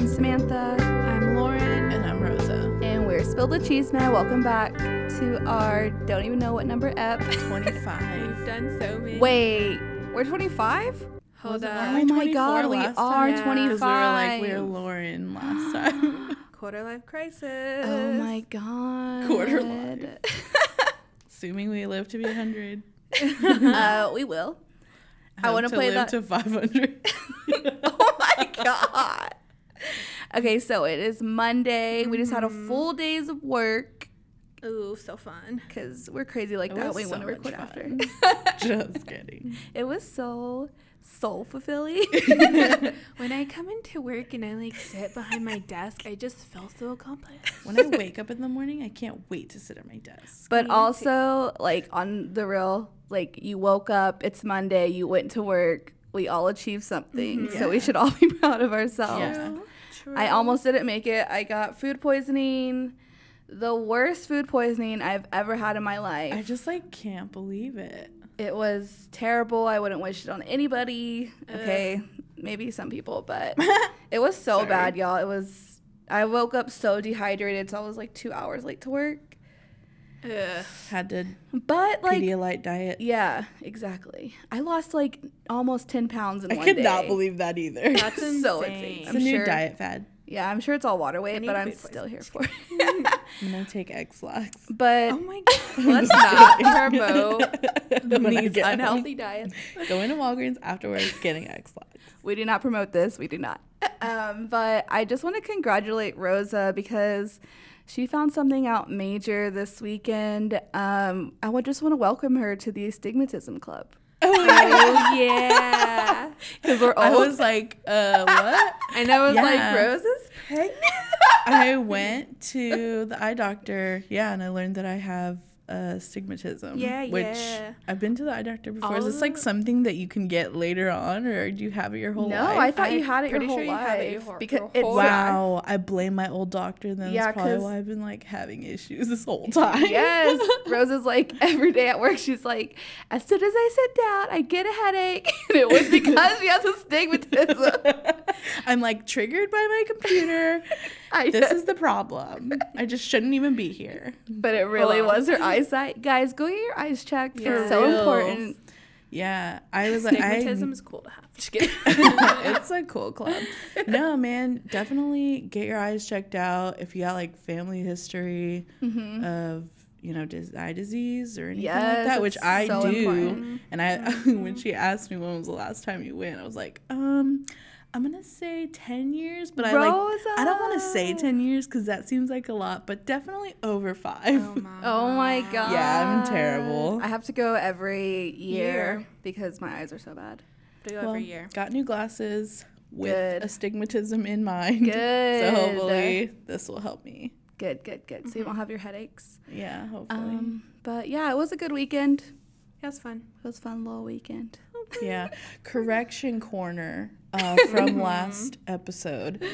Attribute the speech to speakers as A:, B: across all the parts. A: Rosa. I'm Lauren.
B: And I'm Rosa.
A: And we're Spill the Cheese Man. Welcome back to our don't even know what number ep.
B: 25.
C: done so many.
A: Wait, we're 25?
C: hold
B: Wasn't
A: Oh
B: that
C: up.
B: We're
A: my
B: 24
A: god, we
B: last
A: are
C: time. Yeah.
A: 25.
C: 'Cause
B: Because we were like, we were Lauren last time.
C: Quarter life crisis.
A: oh my god.
B: Quarter life. Assuming we live to be 100.
A: uh, we will. I
B: Hope
A: wanna
B: to
A: play
B: live
A: that-
B: to 500.
A: oh my god. Okay, so it is Monday. We just had a
B: Mm-hmm.
A: full days of work
C: Ooh, so fun.
A: because we're crazy like
B: It
A: that.
B: was
A: We
B: so
A: want to record
B: much
A: after.
B: fun. Just kidding.
A: It was so soul fulfilling.
C: When I come into work and I like sit behind my desk, I just feel so accomplished.
B: When I wake up in the morning, I can't wait to sit at my desk.
A: but also, like on the real, like you woke up, it's Monday, you went to work, we all achieved something. So we
B: Mm-hmm. Yeah.
A: should all be proud of ourselves.
B: Yeah.
C: True.
A: I almost didn't make it. I got food poisoning, the worst food poisoning I've ever had in my life.
B: I just like can't believe it.
A: It was terrible. I wouldn't wish it on anybody. Okay, maybe some people, but it was so
B: Sorry.
A: bad, y'all. It was. I woke up so dehydrated, so I was like two hours late to work.
C: Ugh.
B: Had to
A: But like,
B: Pedialyte diet.
A: yeah, exactly. I lost like almost ten pounds in
B: I
A: one
B: could
A: day.
B: not believe that either.
C: That's insane.
A: so insane.
B: it's
A: I'm
B: a new
A: sure-
B: diet fad.
A: Yeah, I'm sure it's all water weight,
C: need
A: but I'm
C: food
A: still here for it.
B: I'm gonna take X-Lax.
A: but
C: Oh my god.
A: let's
C: Not promote
B: When I
C: these
B: get home.
C: unhealthy diets.
B: Going to Walgreens afterwards, getting X-Lax.
A: We do not promote this. We do not. Um, but I just want to congratulate Rosa because she found something out major this weekend. Um, I would just want to welcome her to the Astigmatism Club.
B: Oh, yeah.
C: Oh yeah.
A: Because we're
B: I
A: old.
B: was like, uh, what?
C: I know. I was
B: Yeah.
C: like, Rose is pregnant.
B: I went to the eye doctor, yeah, and I learned that I have uh, stigmatism.
C: Yeah,
B: which
C: yeah.
B: I've been to the eye doctor before. Is this
C: All-
B: like something that you can get later on, or do you have it your whole
A: no,
B: life?
A: I thought you
C: I'm
A: had it your
C: pretty
A: whole
C: sure you
A: life.
C: had it your whole-
A: because
C: your
A: it's
C: whole
B: Wow, I blame my old doctor. Then
A: Yeah,
B: that's probably
A: 'cause-
B: why I've been like having issues this whole time.
A: Yes, Rosa's like every day at work. She's like, as soon as I sit down, I get a headache, and it was because she has astigmatism.
B: I'm like triggered by my computer.
A: I
B: This is the problem. I just shouldn't even be here.
A: But it really
C: on.
A: was her eyesight. Guys, go get your eyes checked.
C: Yeah.
A: It's so
B: Real.
A: important.
B: Yeah, I was like, I
C: Stigmatism is cool to have. Just kidding.
B: it's a cool club. No, man, definitely get your eyes checked out if you got like family history of you know dis- eye disease or anything
A: Mm-hmm. Yes,
B: like that, which
A: it's
B: I
A: so
B: do.
A: important. Mm-hmm.
B: And I when she asked me when was the last time you went, I was like, um. I'm gonna say ten years, but I like I don't want to say
A: Rosa.
B: ten years because that seems like a lot, but definitely over five.
C: Oh my.
A: Oh my god.
B: Yeah, I'm terrible.
A: I have to go every year
C: Year.
A: because my eyes are so bad.
C: They go
B: Well,
C: every year.
B: Got new glasses with
A: Good.
B: astigmatism in mind.
A: Good.
B: So hopefully this will help me.
A: Good, good, good.
C: Mm-hmm.
A: So you won't have your headaches.
B: Yeah, hopefully.
A: Um, but yeah, it was a good weekend.
C: That's fun.
A: It was a fun little weekend.
B: yeah. Correction corner uh, from last
A: Mm-hmm.
B: episode.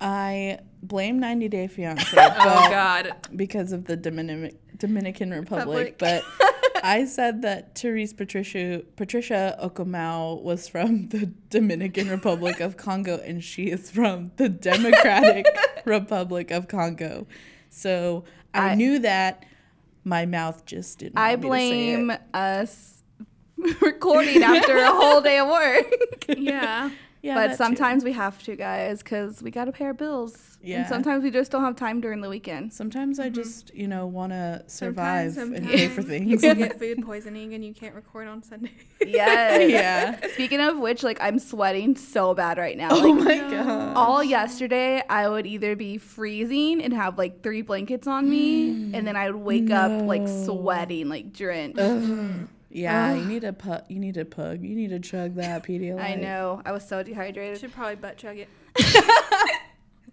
B: I blame 90 Day Fiance
C: Oh
B: but
C: god.
B: because of the Dominic- Dominican Republic,
A: Republic.
B: but I said that Therese Patricia Patricia Okomau was from the Dominican Republic of Congo, and she is from the Democratic Republic of Congo. So I,
A: I-
B: knew that. My mouth just didn't.
A: I
B: want me to say it.
A: blame us recording after a whole day of work.
C: Yeah.
B: Yeah, that
A: but
B: too.
A: sometimes we have to, guys, because we got to pay our bills.
B: Yeah.
A: And sometimes we just don't have time during the weekend.
B: Sometimes
A: Mm-hmm.
B: I just, you know, want to survive and pay for
C: You
B: things.
C: can get food poisoning and you can't record on Sunday.
A: Yes.
B: yeah.
A: Speaking of which, like I'm sweating so bad right now.
B: Oh
A: Like
B: my god.
A: all yesterday, I would either be freezing and have like three blankets on me, and then I would wake up like sweating, like drenched.
B: Yeah, you need a pu- you need a pug. You need to chug that Pedialyte.
A: Ah. I know. I was so
C: You
A: dehydrated.
C: should probably butt chug it.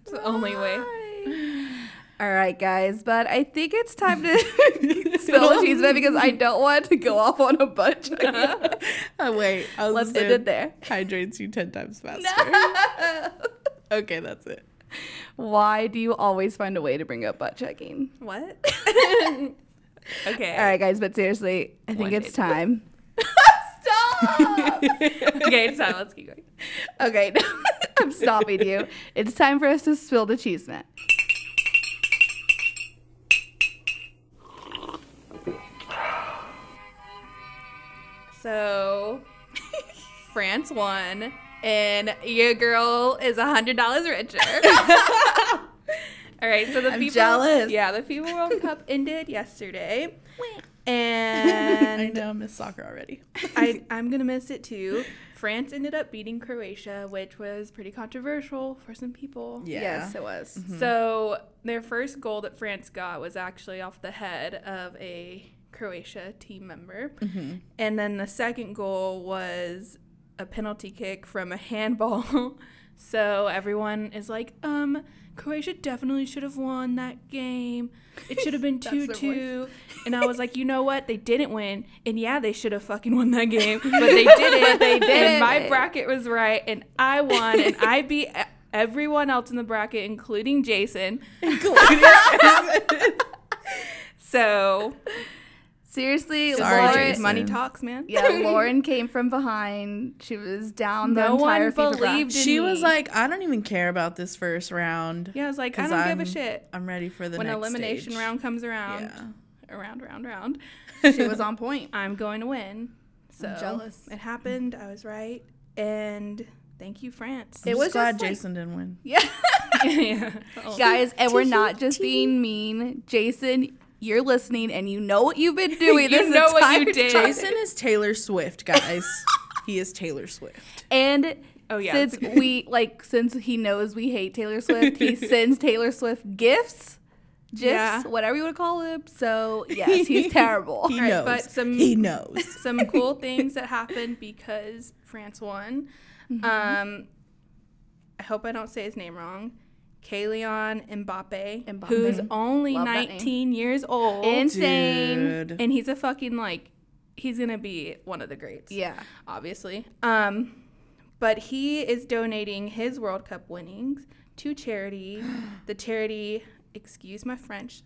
C: it's the only way.
A: All right, guys, but I think it's time to spill the cheese bit because I don't want to go off on a bunch.
B: Oh, wait, I was
A: Let's
B: gonna
A: end
B: say
A: it there.
B: Hydrates you ten times faster. Okay, that's it.
A: Why do you always find a way to bring up butt checking?
C: What? okay.
A: All right, guys, but seriously, I think
C: One
A: it's
C: minute.
A: time.
C: Okay, so let's keep going.
A: Okay. I'm stopping you. It's time for us to spill the cheese man.
D: So France won, and your girl is a hundred dollars richer. All right, so the
A: I'm
D: people,
A: jealous.
D: yeah, the FIBA World Cup ended yesterday, and
B: I know I miss soccer already.
D: I, I'm gonna miss it too. France ended up beating Croatia, which was pretty controversial for some people.
B: Yeah. Mm-hmm.
A: Yes, it was.
D: So their first goal that France got was actually off the head of a Croatia team member,
B: Mm-hmm.
D: and then the second goal was a penalty kick from a handball. so everyone is like, um, Croatia definitely should have won that game. It should have been two two. And I was like, you know what? They didn't win, and yeah, they should have fucking won that game, but they didn't. but they did. And my bracket was right, and I won, and I beat. e- Everyone else in the bracket, including Jason. So
A: Seriously,
B: Sorry,
A: Lauren.
B: Jason.
D: money talks, man.
A: Yeah, Lauren came from behind. She was down the
D: No one
A: entire FIFA
D: believed
A: round.
D: it.
B: She was
D: me.
B: like, I don't even care about this first round.
D: Yeah, I was like, I
B: 'cause
D: don't
B: I'm-
D: give a shit.
B: I'm ready for the
D: When
B: next
D: elimination
B: stage.
D: round comes around,
B: Yeah.
D: around, round, round,
A: She was on point.
D: I'm going to win. So
A: jealous.
D: It happened. I was right. And thank you, France.
A: It
B: I'm
A: was
B: just glad
A: just like-
B: Jason didn't win.
A: Yeah.
D: yeah. Oh.
A: Oh. Guys, and we're not just being mean. Jason, you're listening and you know what you've been doing
D: You
A: this
D: know what you
A: entire
D: did.
A: time.
B: Jason is Taylor Swift, guys. he is Taylor Swift.
A: And
D: Oh, yeah.
A: since we like since he knows we hate Taylor Swift, he sends Taylor Swift gifts, gifs,
D: Yeah.
A: whatever you want to call them. So yes, he's terrible.
B: He
D: All right,
B: knows.
D: but some-
B: he knows.
D: Some cool things that happened because France won.
A: Mm-hmm.
D: Um, I hope I don't say his name wrong. Kalion Mbappe,
A: Mbappe.
D: who's only
A: Love that name.
D: 19 years old.
A: Insane.
B: Dude.
D: and he's a fucking like he's gonna be one of the greats
A: Yeah.
D: obviously um but he is donating his world cup winnings to charity the charity excuse my french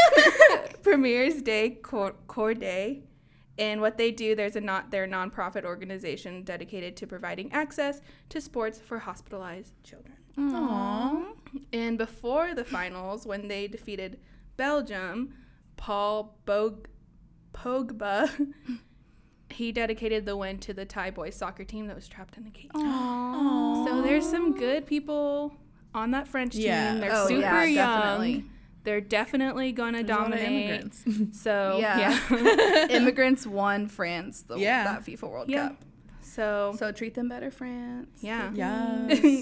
D: premiers day Cor- corday and what they do there's a not their nonprofit organization dedicated to providing access to sports for hospitalized children and before the finals, when they defeated Belgium, Paul Bog- Pogba, he dedicated the win to the Thai boys soccer team that was trapped in the cage. So there's some good people on that French team.
B: Yeah.
D: They're
A: Oh,
D: super
A: yeah,
D: young.
A: definitely.
D: They're definitely
B: A
D: gonna
B: lot of
D: dominate.
B: immigrants.
D: So
A: Yeah.
D: yeah,
A: Immigrants won France the
B: Yeah.
A: that FIFA World
D: Yeah.
A: Cup.
D: So,
A: So treat them better, France. Uh,
D: yeah.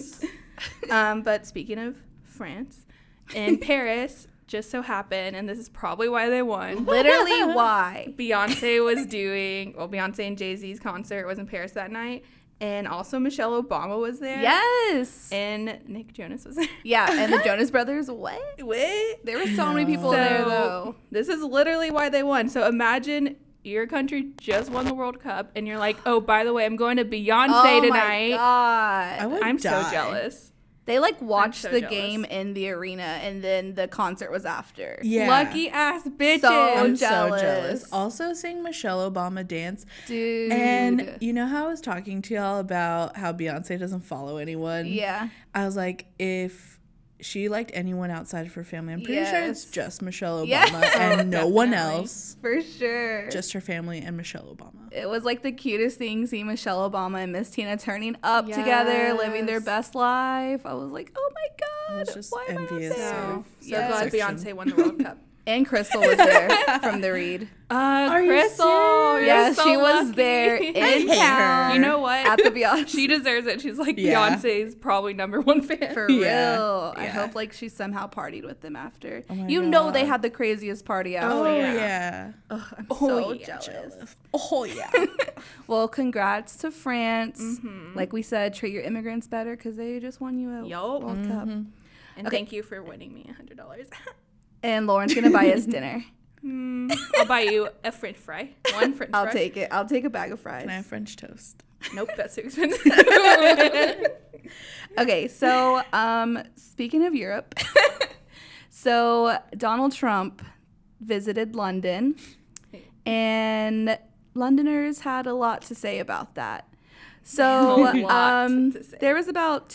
B: Yes.
D: Um, but speaking of France, in Paris, just so happened, and this is probably why they won.
A: Literally why?
D: Beyonce was doing, well, Beyonce and Jay Z's concert was in Paris that night. And also Michelle Obama was there.
A: Yes.
D: And Nick Jonas was there.
A: yeah, and the Jonas Brothers, what?
D: Wait.
A: There were so many people
D: So
A: there though.
D: this is literally why they won. So imagine your country just won the World Cup and you're like, oh, by the way, I'm going to Beyonce
A: oh
D: tonight.
A: my
B: I
A: god.
B: would
D: I'm
B: die.
D: so jealous.
A: They like watched
D: so
A: the
D: jealous.
A: game in the arena and then the concert was after.
B: Yeah.
D: Lucky ass bitches.
A: So-
B: I'm so
A: jealous.
B: jealous. Also, seeing Michelle Obama dance.
A: Dude.
B: And you know how I was talking to y'all about how Beyonce doesn't follow anyone?
A: yeah.
B: I was like, if she liked anyone outside of her family, I'm pretty sure it's
A: Yes.
B: just Michelle Obama
A: Yes.
B: and no one
D: definitely.
B: else.
A: For sure.
B: Just her family and Michelle Obama.
A: it was like the cutest thing seeing Michelle Obama and Miss Tina turning up together, living their
D: Yes.
A: best life. I was like, oh my
B: I
A: god,
B: was just
A: why am I not
B: envious
A: there?
D: so
B: of
D: so
A: Yeah.
D: glad Beyonce won the World Cup.
A: And Crystal was there from the read.
D: Uh,
B: you
D: Crystal.
B: serious?
D: you're
A: yeah,
D: so
A: she was
D: lucky.
A: there in
B: hate
A: town.
B: her.
D: You know what?
A: At the Beyonce.
D: She deserves it. She's like
B: Yeah.
D: Beyonce's probably number one fan.
A: For
B: Yeah,
A: real. I
B: yeah.
A: hope like she somehow partied with them after.
B: Oh my
A: you know they
B: God.
A: had the craziest party after.
B: Oh,
D: yeah.
B: yeah.
A: Ugh, I'm so
D: Oh, yeah,
A: jealous.
B: Oh, yeah.
A: Well, congrats to France.
B: Mm-hmm.
A: Like we said, treat your immigrants better because they just won you a
D: Yup.
A: World Cup.
B: Mm-hmm.
D: and
A: Okay.
D: thank you for winning me hundred dollars.
A: And Lauren's gonna buy us dinner.
D: I'll buy you a French fry. One French
A: I'll
D: fry.
A: take it. I'll take a bag of fries.
B: Can I have French toast?
D: Nope, that's too expensive.
A: Okay, so um, speaking of Europe, so Donald Trump visited London, and Londoners had a lot to say about that. So
D: A lot
A: um,
D: to say.
A: there was about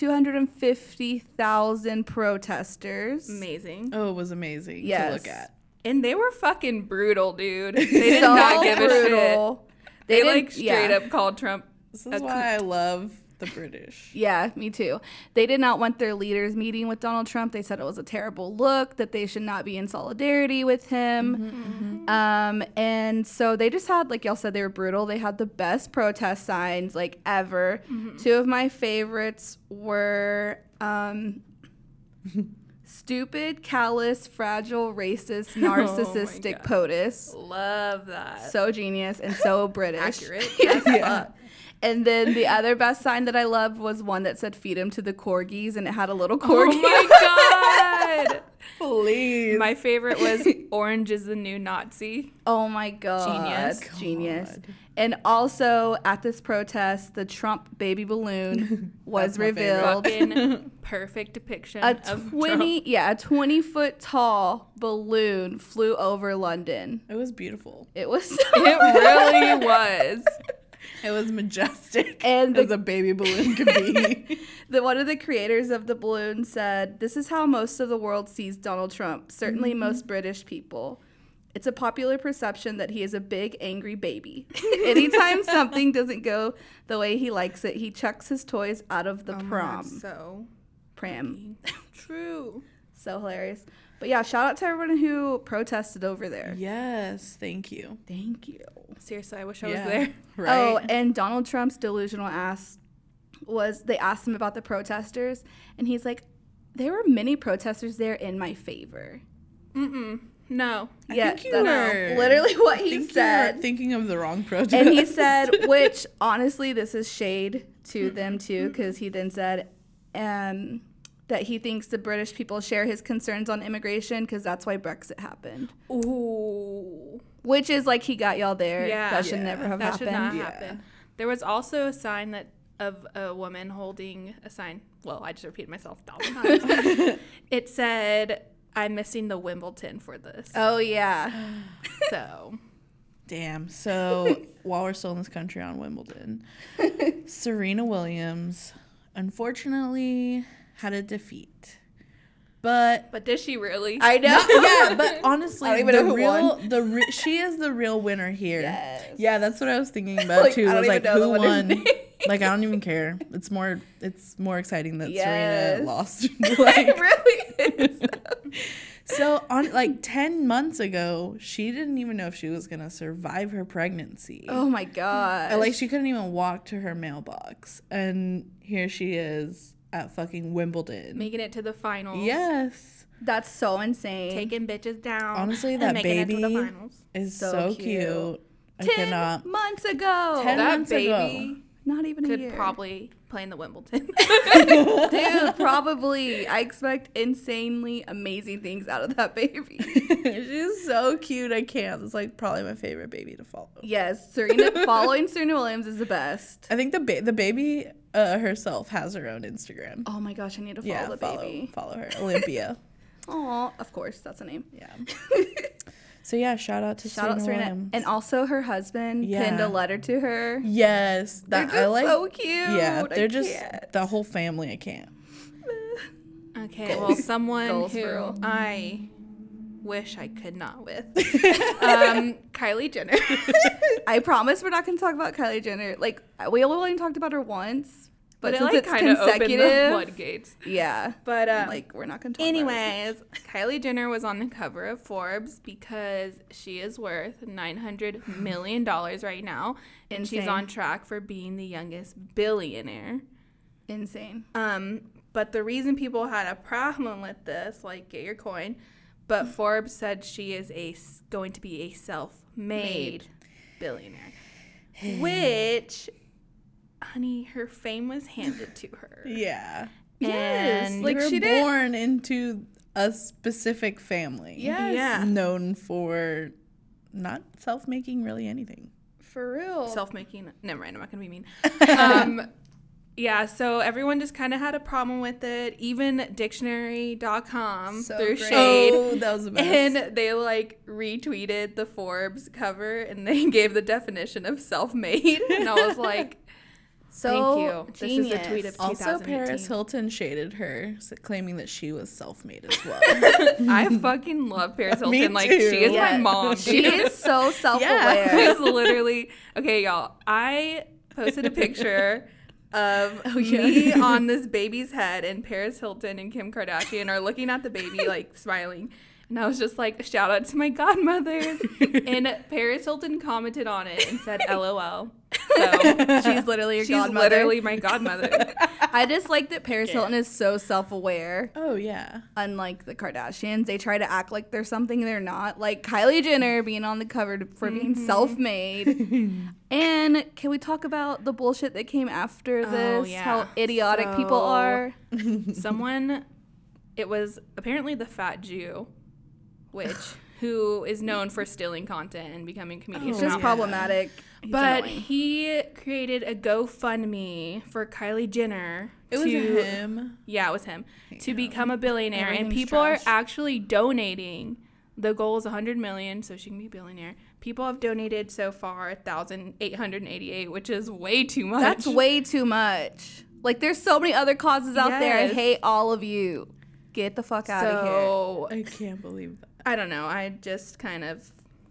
A: 250,000 protesters.
D: Amazing.
B: Oh, it was amazing to
A: Yes.
B: look at.
D: And they were fucking brutal, dude. They did
A: So
D: not give a shit.
A: brutal.
D: They,
A: didn't-
D: like straight
A: yeah.
D: up called Trump.
B: This
D: A
B: is why I love the British.
A: Yeah, me too. They did not want their leaders meeting with Donald Trump. They said it was a terrible look, that they should not be in solidarity with him. Um, and so they just had, like y'all said, they were brutal. They had the best protest signs, like ever. Two of my favorites were um, stupid, callous, fragile, racist, narcissistic
D: God.
A: POTUS.
D: Love that.
A: So genius and so British.
D: Accurate.
B: Yeah.
A: And then the other best sign that I loved was one that said "Feed him to the corgis," and it had a little corgi.
D: Oh my god.
B: Please.
D: My favorite was Orange is the New Nazi.
A: Oh my god,
D: Genius.
A: genius!
B: God.
A: And also at this protest, the Trump baby balloon was
B: That's my favorite.
A: revealed.
D: Fucking perfect depiction
A: A
D: of
A: twenty, yeah, a twenty foot tall balloon flew over London.
B: it was beautiful.
A: It was,
D: Trump. It really was.
B: It was majestic.
A: and the
B: as a baby balloon could be.
A: The one of the creators of the balloon said, "This is how most of the world sees Donald Trump. Certainly, most British people. It's a popular perception that he is a big, angry baby. Anytime something doesn't go the way he likes it, he chucks his toys out of the prom.
D: So
A: Pram.
D: true.
A: So hilarious. But yeah, shout out to everyone who protested over there.
B: yes, thank you.
A: Thank you.
D: Seriously, I wish I
B: Yeah,
D: was there.
B: Right.
A: Oh, and Donald Trump's delusional ass was they asked him about the protesters, and he's like, "There were many protesters there in my favor."
D: Mm-mm. No.
B: I
A: yeah,
B: think you
A: that's
B: were-
A: literally what
B: I
A: he
B: think you
A: said.
B: were thinking of the wrong protest.
A: and he said, which honestly, this is shade to them too, because he then said um, that he thinks the British people share his concerns on immigration because that's why Brexit happened.
D: Ooh.
A: Which is like he got y'all there.
D: Yeah.
A: that should
B: Yeah.
A: never have
D: That
A: happened.
D: should not
B: Yeah.
D: happen. There was also a sign that of a woman holding a sign. Well, I just repeated myself a thousand times. it said, "I'm missing the Wimbledon for this."
A: Oh yeah,
D: So
B: Damn. So while we're still in this country on Wimbledon, Serena Williams unfortunately had a defeat. But
D: But did she really?
A: I know.
B: yeah, but honestly,
A: I don't even
B: the
A: know who
B: real
A: won.
B: the re- she is the real winner here.
A: Yes.
B: Yeah, that's what I was thinking about
A: Like,
B: too.
A: I
B: I
A: don't
B: was
A: even
B: like,
A: know the
B: who
A: winner's
B: won?
A: name.
B: Like, I don't even care. It's more it's more exciting that
A: Yes.
B: Serena lost. like,
A: it really is.
B: so on like ten months ago, she didn't even know if she was gonna survive her pregnancy.
A: oh my god.
B: Uh, like she couldn't even walk to her mailbox, and here she is at fucking Wimbledon.
D: Making it to the finals.
B: yes,
A: that's so insane.
D: Taking bitches down.
B: Honestly,
D: and
B: that
D: making it to the
B: baby-
D: finals.
B: is
A: So
B: so,
A: cute.
B: cute. I
A: Ten
B: cannot.
A: months ago.
B: Ten-
D: That
B: months ago.
D: baby
A: not even a
D: could
A: year.
D: probably play in the Wimbledon.
A: Dude, probably. I expect insanely amazing things out of that baby.
B: She's so cute. I can't. It's like probably my favorite baby to follow.
A: Yes, Serena following Serena Williams is the best.
B: I think the ba- the baby uh, herself has her own Instagram.
A: Oh my gosh, I need to follow
B: yeah,
A: the
B: follow
A: baby.
B: follow her, Olympia.
A: Oh, of course, that's the name.
B: yeah. So yeah, shout out to
A: Shout out Serena.
B: Williams.
A: And also her husband
B: Yeah.
A: pinned a letter to her.
B: yes,
A: They're
B: that
A: just
B: I like.
A: so cute.
B: yeah,
A: I
B: they're just
A: can't.
B: the whole family. I can't.
D: okay, well, someone
A: Goals
D: who
A: for all.
D: I wish I could not with. um, Kylie Jenner.
A: I promise we're not gonna talk about Kylie Jenner. Like we only talked about her once, but,
D: But it
A: since
D: like
A: it's
D: kind of opened the
A: consecutive,
D: floodgates.
A: yeah.
D: But um,
A: like we're not gonna talk about it.
D: Anyways, Kylie Jenner was on the cover of Forbes because she is worth nine hundred million dollars right now, and she's
A: Insane.
D: on track for being the youngest billionaire.
A: insane.
D: Um, but the reason people had a problem with this, like get your coin, but Forbes said she is a s- going to be a self-made billionaire, which, honey, her fame was handed to her.
B: Yeah.
A: Yes,
D: And
A: like
B: Like
A: she
B: she
A: did-
B: born into a specific family.
A: Yes.
D: Yeah.
B: Known for not self making really anything.
A: For real.
D: self making. Never mind, I'm not gonna be mean. Um, yeah, so everyone just kind of had a problem with it. Even dictionary.com
A: So
D: through
A: great. Oh,
D: shade.
B: Oh, that was the
D: And they like retweeted the Forbes cover and they gave the definition of self made. And I was like,
A: So
D: Thank you. This is a tweet
A: genius.
D: of-
B: Also,
D: 2018.
B: Paris Hilton shaded her, s- claiming that she was self-made as well.
D: I fucking love Paris
B: Me
D: Hilton. Like
B: too.
D: she is
A: Yeah.
D: my mom.
A: She is so self-aware.
D: She's literally okay, y'all. I posted a picture of
A: Oh,
D: me on this baby's head, and Paris Hilton and Kim Kardashian are looking at the baby, like smiling. And I was just like, shout out to my godmothers. and Paris Hilton commented on it and said, LOL. So
A: She's literally your
D: she's
A: godmother.
D: literally my godmother.
A: I just like that Paris Hilton is so self-aware.
B: oh yeah.
A: Unlike the Kardashians, they try to act like they're something they're not. Like Kylie Jenner being on the cover to- for being
B: Mm-hmm.
A: self-made. and can we talk about the bullshit that came after
B: Oh,
A: this? How
D: yeah.
A: idiotic people
D: So-
A: are.
D: someone it was apparently the fat jew which who is known for stealing content and becoming comedians
A: It's
B: Oh
D: now.
A: just problematic. He's
D: but
A: annoying.
D: he created a gofundme for kylie jenner
B: It was
D: to,
B: him.
D: yeah it was him to become a billionaire and
B: Everything's
D: people
B: trash.
D: are actually donating the goal is 100 million so she can be a billionaire people have donated so far 1888 which is way too much
A: That's way too much. Like there's so many other causes out there. I
D: Yes.
A: hate all of you. Get the fuck out of here.
D: so
B: I can't believe that.
D: I don't know. I just kind of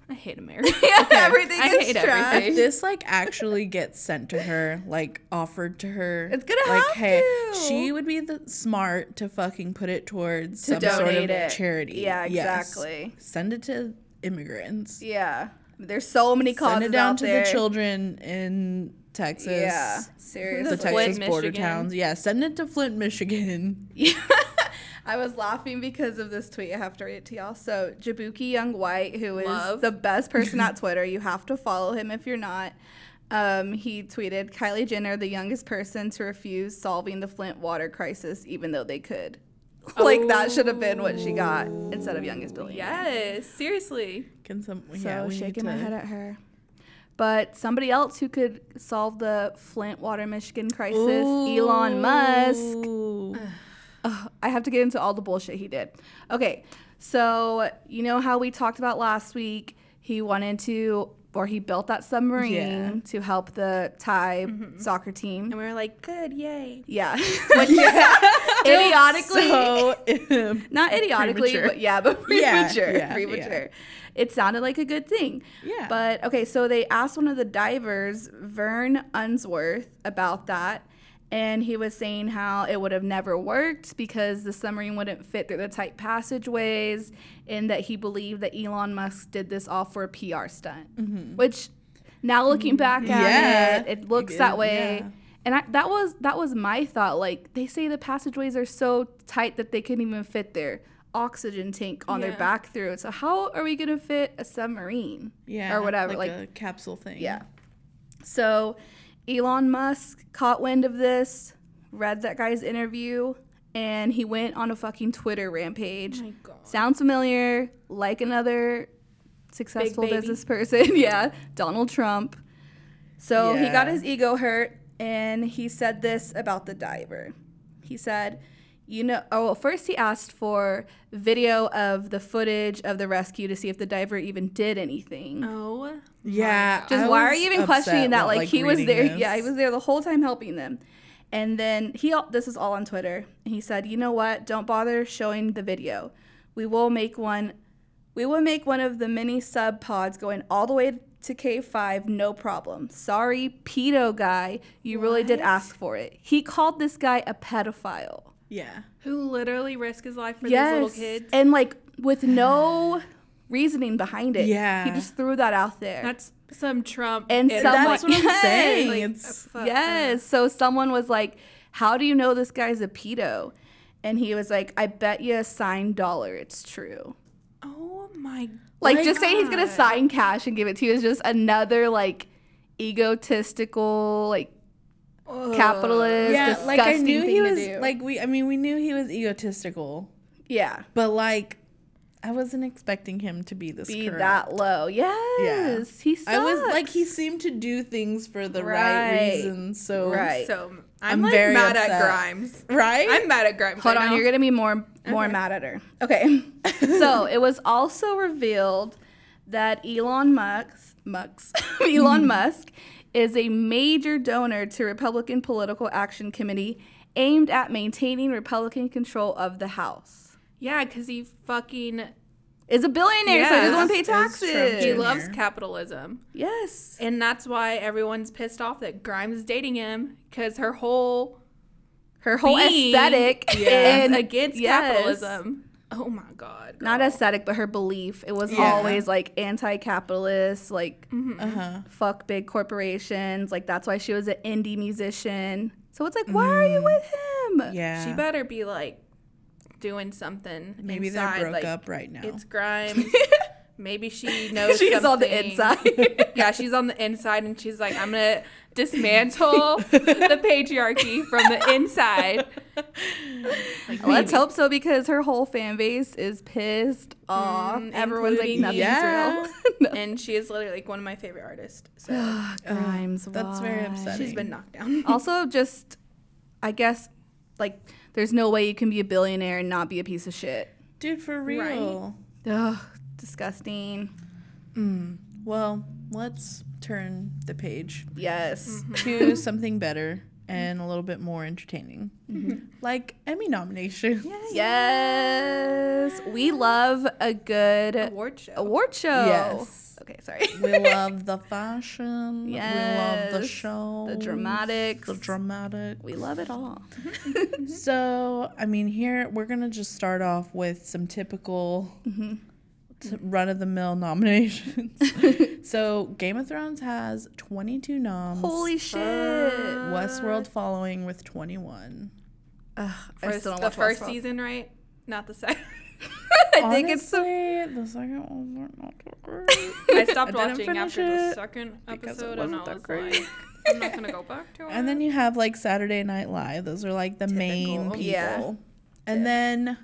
D: I hate America.
A: Yeah, everything
D: I
A: is
D: hate
A: trash.
D: everything.
B: If this like actually gets sent to her, like offered to her,
A: It's gonna
B: like,
A: have
B: hey,
A: to.
B: she would be the smart to fucking put it towards
A: To
B: some sort
A: donate
B: of
A: it.
B: charity.
A: Yeah,
B: Yes.
A: exactly.
B: Send it to immigrants.
A: Yeah. There's so many causes
B: Send it down
A: out
B: to
A: there.
B: the children in Texas.
A: Yeah.
B: The
A: Seriously.
B: Texas
D: Flint,
B: border
D: Michigan.
B: towns. Yeah, send it to Flint, Michigan.
A: I was laughing because of this tweet. I have to read it to y'all. So Jabuki Young White, who is
D: Love.
A: the best person at Twitter, you have to follow him if you're not. Um, he tweeted Kylie Jenner, the youngest person to refuse solving the Flint water crisis, even though they could. like that should have been what she got instead of youngest billionaire.
D: yes, seriously.
B: Can some
A: So
B: yeah, we
A: shaking
B: need
A: my
B: to,
A: head at her. But somebody else who could solve the Flint water Michigan crisis, Elon Musk.
B: Ooh.
A: I have to get into all the bullshit he did. Okay, so you know how we talked about last week? He wanted to, or he built that submarine
B: Yeah. Mm-hmm.
A: to help the Thai soccer team.
D: And we were like, good, yay.
A: Yeah, Which- idiotically,
B: So, um,
A: not idiotically,
B: Premature.
A: but yeah, but
B: Yeah,
A: premature,
B: yeah,
A: premature. It sounded like a good thing.
B: Yeah.
A: But okay, so they asked one of the divers, Vern Unsworth, about that. And he was saying how it would have never worked because the submarine wouldn't fit through the tight passageways, and that he believed that Elon Musk did this all for a PR stunt. Which, now looking back at
B: Mm-hmm. Yeah.
A: it, it looks
B: It-
A: that way.
B: yeah.
A: And I, that was that was my thought. Like they say, the passageways are so tight that they couldn't even fit their oxygen tank on their
D: Yeah.
A: back through. So how are we gonna fit a submarine?
B: yeah,
A: or whatever. Like,
B: a capsule thing.
A: yeah. So Elon Musk caught wind of this, read that guy's interview, and he went on a fucking Twitter rampage.
D: Oh my God.
A: Sounds familiar? Like another successful
D: baby.
A: business person, yeah, Donald Trump. So he got
B: Yeah.
A: his ego hurt and he said this about the diver. He said, you know, oh, well, first he asked for video of the footage of the rescue to see if the diver even did anything.
D: Oh.
B: Yeah.
A: Just
B: I
A: why are
B: was
A: you even
B: upset
A: questioning that?
B: with,
A: Like, he was
B: reading
A: there.
B: this.
A: Yeah, he was there the whole time helping them. And then he, al- this is all on Twitter. And he said, you know what? Don't bother showing the video. We will make one. We will make one of the mini sub pods going all the way to K5, no problem. Sorry, pedo guy. You really did ask for it. He called this guy a pedophile.
B: Yeah.
D: Who literally risked his life for these little kids.
A: And like with no reasoning behind it.
B: Yeah.
A: He just threw that out there.
D: That's some Trump.
A: And
D: era.
A: some, I'm
B: That's
A: like,
B: what I'm
A: yes.
B: saying.
D: Like, uh,
B: it's
D: fuck.
A: Yes. So someone was like, How do you know this guy's a pedo? And he was like, I bet you a signed dollar it's true.
D: Oh my
A: Like,
D: my
A: just saying he's going to
D: God.
A: sign cash and give it to you is just another, like, egotistical, like,
D: Ugh.
A: capitalist,
B: yeah,
A: disgusting
B: like I knew
A: thing
B: he
A: to do.
B: was like we I mean we knew he was egotistical,
A: yeah,
B: but like I wasn't expecting him to be this
A: be
B: corrupt.
A: that low. Yes. He sucks.
B: I was like he seemed to do things for the right,
A: Right.
B: reasons. So
A: Right.
D: So I'm,
B: I'm
D: like
B: very
D: mad
B: upset.
D: at Grimes.
B: right?
D: I'm mad at Grimes.
A: Hold
D: right
A: on,
D: now.
A: you're gonna be more more mad at her. Okay. so it was Mm-hmm. also revealed that Elon Musk, Musk Elon Musk is a major donor to Republican Political Action Committee aimed at maintaining Republican control of the House.
D: Yeah, because he fucking
A: Is a billionaire, so he doesn't
D: Yes,
A: want to pay
B: is Trump
A: taxes.
D: he
B: Jr.
D: loves capitalism,
A: yes.
D: and that's why everyone's pissed off that Grimes is dating him because her whole
A: Her whole
D: being
A: aesthetic
D: is
A: and-
D: against
A: yes.
D: capitalism. Oh my god,
A: Not
D: girl.
A: aesthetic, but her belief. It was
B: Yeah.
A: always like anti capitalist, like
B: Uh huh.
A: fuck big corporations. Like that's why she was an indie musician. So it's like, why are you with him?
B: Mm-hmm. Yeah.
D: She better be like doing something.
B: Maybe
D: inside,
B: they're broke
D: like,
B: up right now.
D: It's Grimes. Maybe she knows.
A: She's
D: something.
A: on the inside.
D: yeah, she's on the inside, and she's like, "I'm gonna dismantle the patriarchy from the inside." Like,
A: Let's hope so because her whole fan base is pissed off. Everyone's like,
D: including
A: nothing's
D: me.
B: Mm, Yeah.
A: real. no.
D: and she is literally like one of my favorite artists. So
A: Grimes,
B: that's very
A: why?
B: upsetting.
D: she's been knocked down.
A: also, just I guess like there's no way you can be a billionaire and not be a piece of shit.
B: Dude, for real.
D: Right.
A: Ugh, disgusting.
B: Well, let's turn the page
A: Yes.
B: to something better and a little bit more entertaining,
A: Mm-hmm.
B: like Emmy nominations.
A: Yes. We love a good award,
D: Award show.
A: show.
B: Yes.
A: Okay, sorry.
B: We love the fashion. We love
A: Yes.
B: the show.
A: The Mm-hmm. dramatics.
B: The dramatic.
A: we love it all.
B: So, I mean, here we're going to just start off with some typical
A: Mm-hmm.
B: run of the mill nominations. so, Game of Thrones has 22 noms.
A: Holy shit.
B: Westworld following with 21.
A: Ugh, I
D: First,
A: still don't
D: the
A: watch
D: first
A: Westworld.
D: season, right? Not the second.
A: I think it's so
B: Honestly, the second one weren't not that great.
D: I stopped
B: I didn't
D: watching
B: finish
D: after the
B: it
D: second
B: because it
D: episode, and I
B: wasn't
D: was
B: that
D: like,
B: great.
D: I'm not gonna go back to it.
B: And then you have like Saturday Night Live. Those are like the main people.
D: Typical.
A: Yeah.
B: And then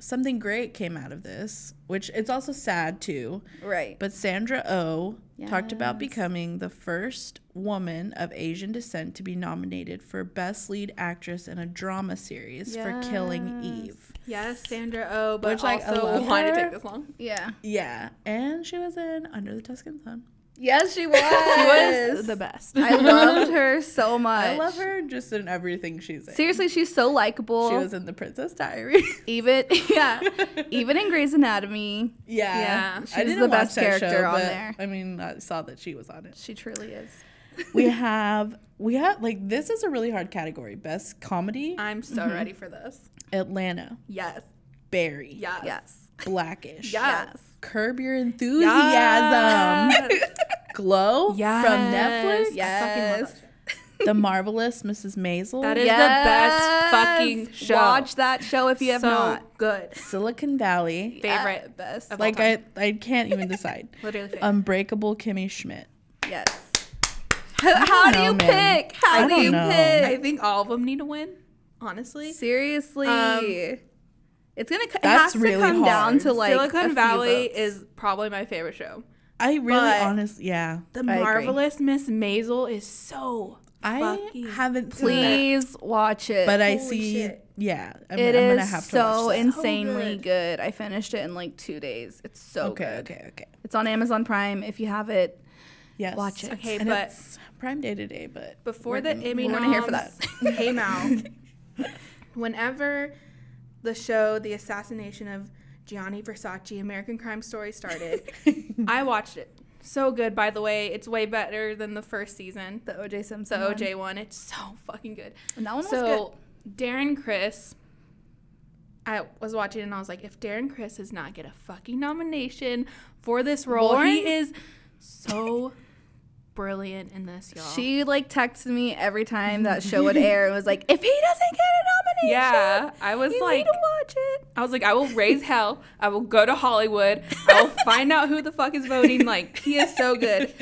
B: something great came out of this, which it's also sad too.
A: right.
B: But Sandra O talked about becoming the first woman of Asian descent to be nominated for Best Lead Actress in a Drama Series for Killing Eve.
D: Yes, Sandra O, oh, but
B: Which, like, I
D: also
B: love
D: why did
B: her.
D: it
B: Mm-hmm.
D: take this long?
A: Yeah.
B: Yeah. And she was in Under the Tuscan Sun.
A: Yes, she was. she
C: the best.
A: I loved her so much.
B: I love her just in everything she's in.
A: Seriously, she's so likable.
B: She was in The Princess Diaries.
A: even yeah, even in Grey's Anatomy,
B: Yeah,
D: Yeah.
A: She's the
B: watch
A: best
B: that
A: character on
B: but,
A: there.
B: I mean, I saw that she was on it.
A: she truly is.
B: We have we have like this is a really hard category. Best comedy:
D: I'm so ready for this.
B: Atlanta,
D: Yes,
B: Barry,
D: yes,
A: Yes.
B: Blackish,
D: yes.
B: Curb Your Enthusiasm,
D: Yes.
B: Glow from Netflix,
A: Yes.
B: The Marvelous Mrs. Maisel,
D: That is
A: Yes.
D: the best fucking show.
A: Watch that show if you have
D: so
A: not.
D: good.
B: Silicon Valley.
D: Favorite.
A: Yeah, best.
D: of all
B: Like
D: time.
B: I, I can't even decide.
D: Literally favorite.
B: Unbreakable Kimmy Schmidt.
A: Yes. How, how do
B: know,
A: you
B: man.
A: pick? How
B: I
A: do
B: don't
A: you
B: know.
D: I
A: pick?
D: think all of them need to win. Honestly,
A: Seriously.
D: Um,
A: it's gonna. c- It
B: that's
A: has to
B: really
A: come down
B: hard.
A: to like a
D: Silicon
A: few
D: Valley
A: votes.
D: is probably my favorite show.
B: I really,
D: But-
B: honest, yeah.
D: The
A: agree.
D: marvelous Miss Maisel is so.
B: I
D: fucking
B: haven't seen that.
A: Please watch it.
B: but I
D: Holy
B: see.
D: shit.
B: Yeah, I'm,
A: It is
B: I'm gonna have to
A: so
B: watch that.
A: insanely
D: good.
A: good. I finished it in like two days. It's so
B: Okay,
A: good.
B: okay, okay.
A: It's on Amazon Prime. If you have it,
B: Yes,
A: Watch it.
D: Okay,
B: And
D: but-
B: it's Prime Day today, but
D: before the Emmy
A: we're gonna
D: noms
A: hear for
D: came out, whenever the show The Assassination of Gianni Versace, American Crime Story started, I watched it. So good, by the way. It's way better than the first season,
A: the OJ
D: the
A: Simpson.
D: OJ one. It's so fucking good.
A: And that one was
D: so Darren Chris, I was watching and I was like, if Darren Chris does not get a fucking nomination for this role,
A: Lauren?
D: he is so brilliant in this, y'all.
A: She like texted me every time that show would air and was like, if he doesn't get a nomination,
D: yeah, I was
A: you need
D: like,
A: to watch it.
D: I was like, I will raise hell. I will go to Hollywood. I will find out who the fuck is voting. Like, he is so good.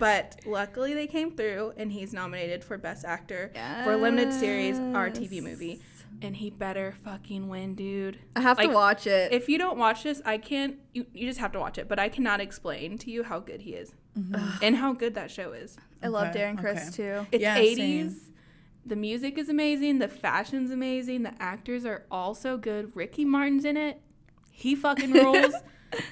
D: But luckily, they came through, and he's nominated for Best Actor for a limited series or TV movie. And he better fucking win, dude.
A: I have
D: Like,
A: to watch it.
D: If you don't watch this, I can't. You, you just have to watch it. But I cannot explain to you how good he is
B: Mm-hmm.
D: and how good that show is.
A: I love
B: Okay,
A: Darren Chris
B: okay.
A: too.
D: It's
B: Yeah,
D: 80s.
B: same.
D: The music is amazing. The fashion's amazing. The actors are all so good. Ricky Martin's in it. He fucking rules.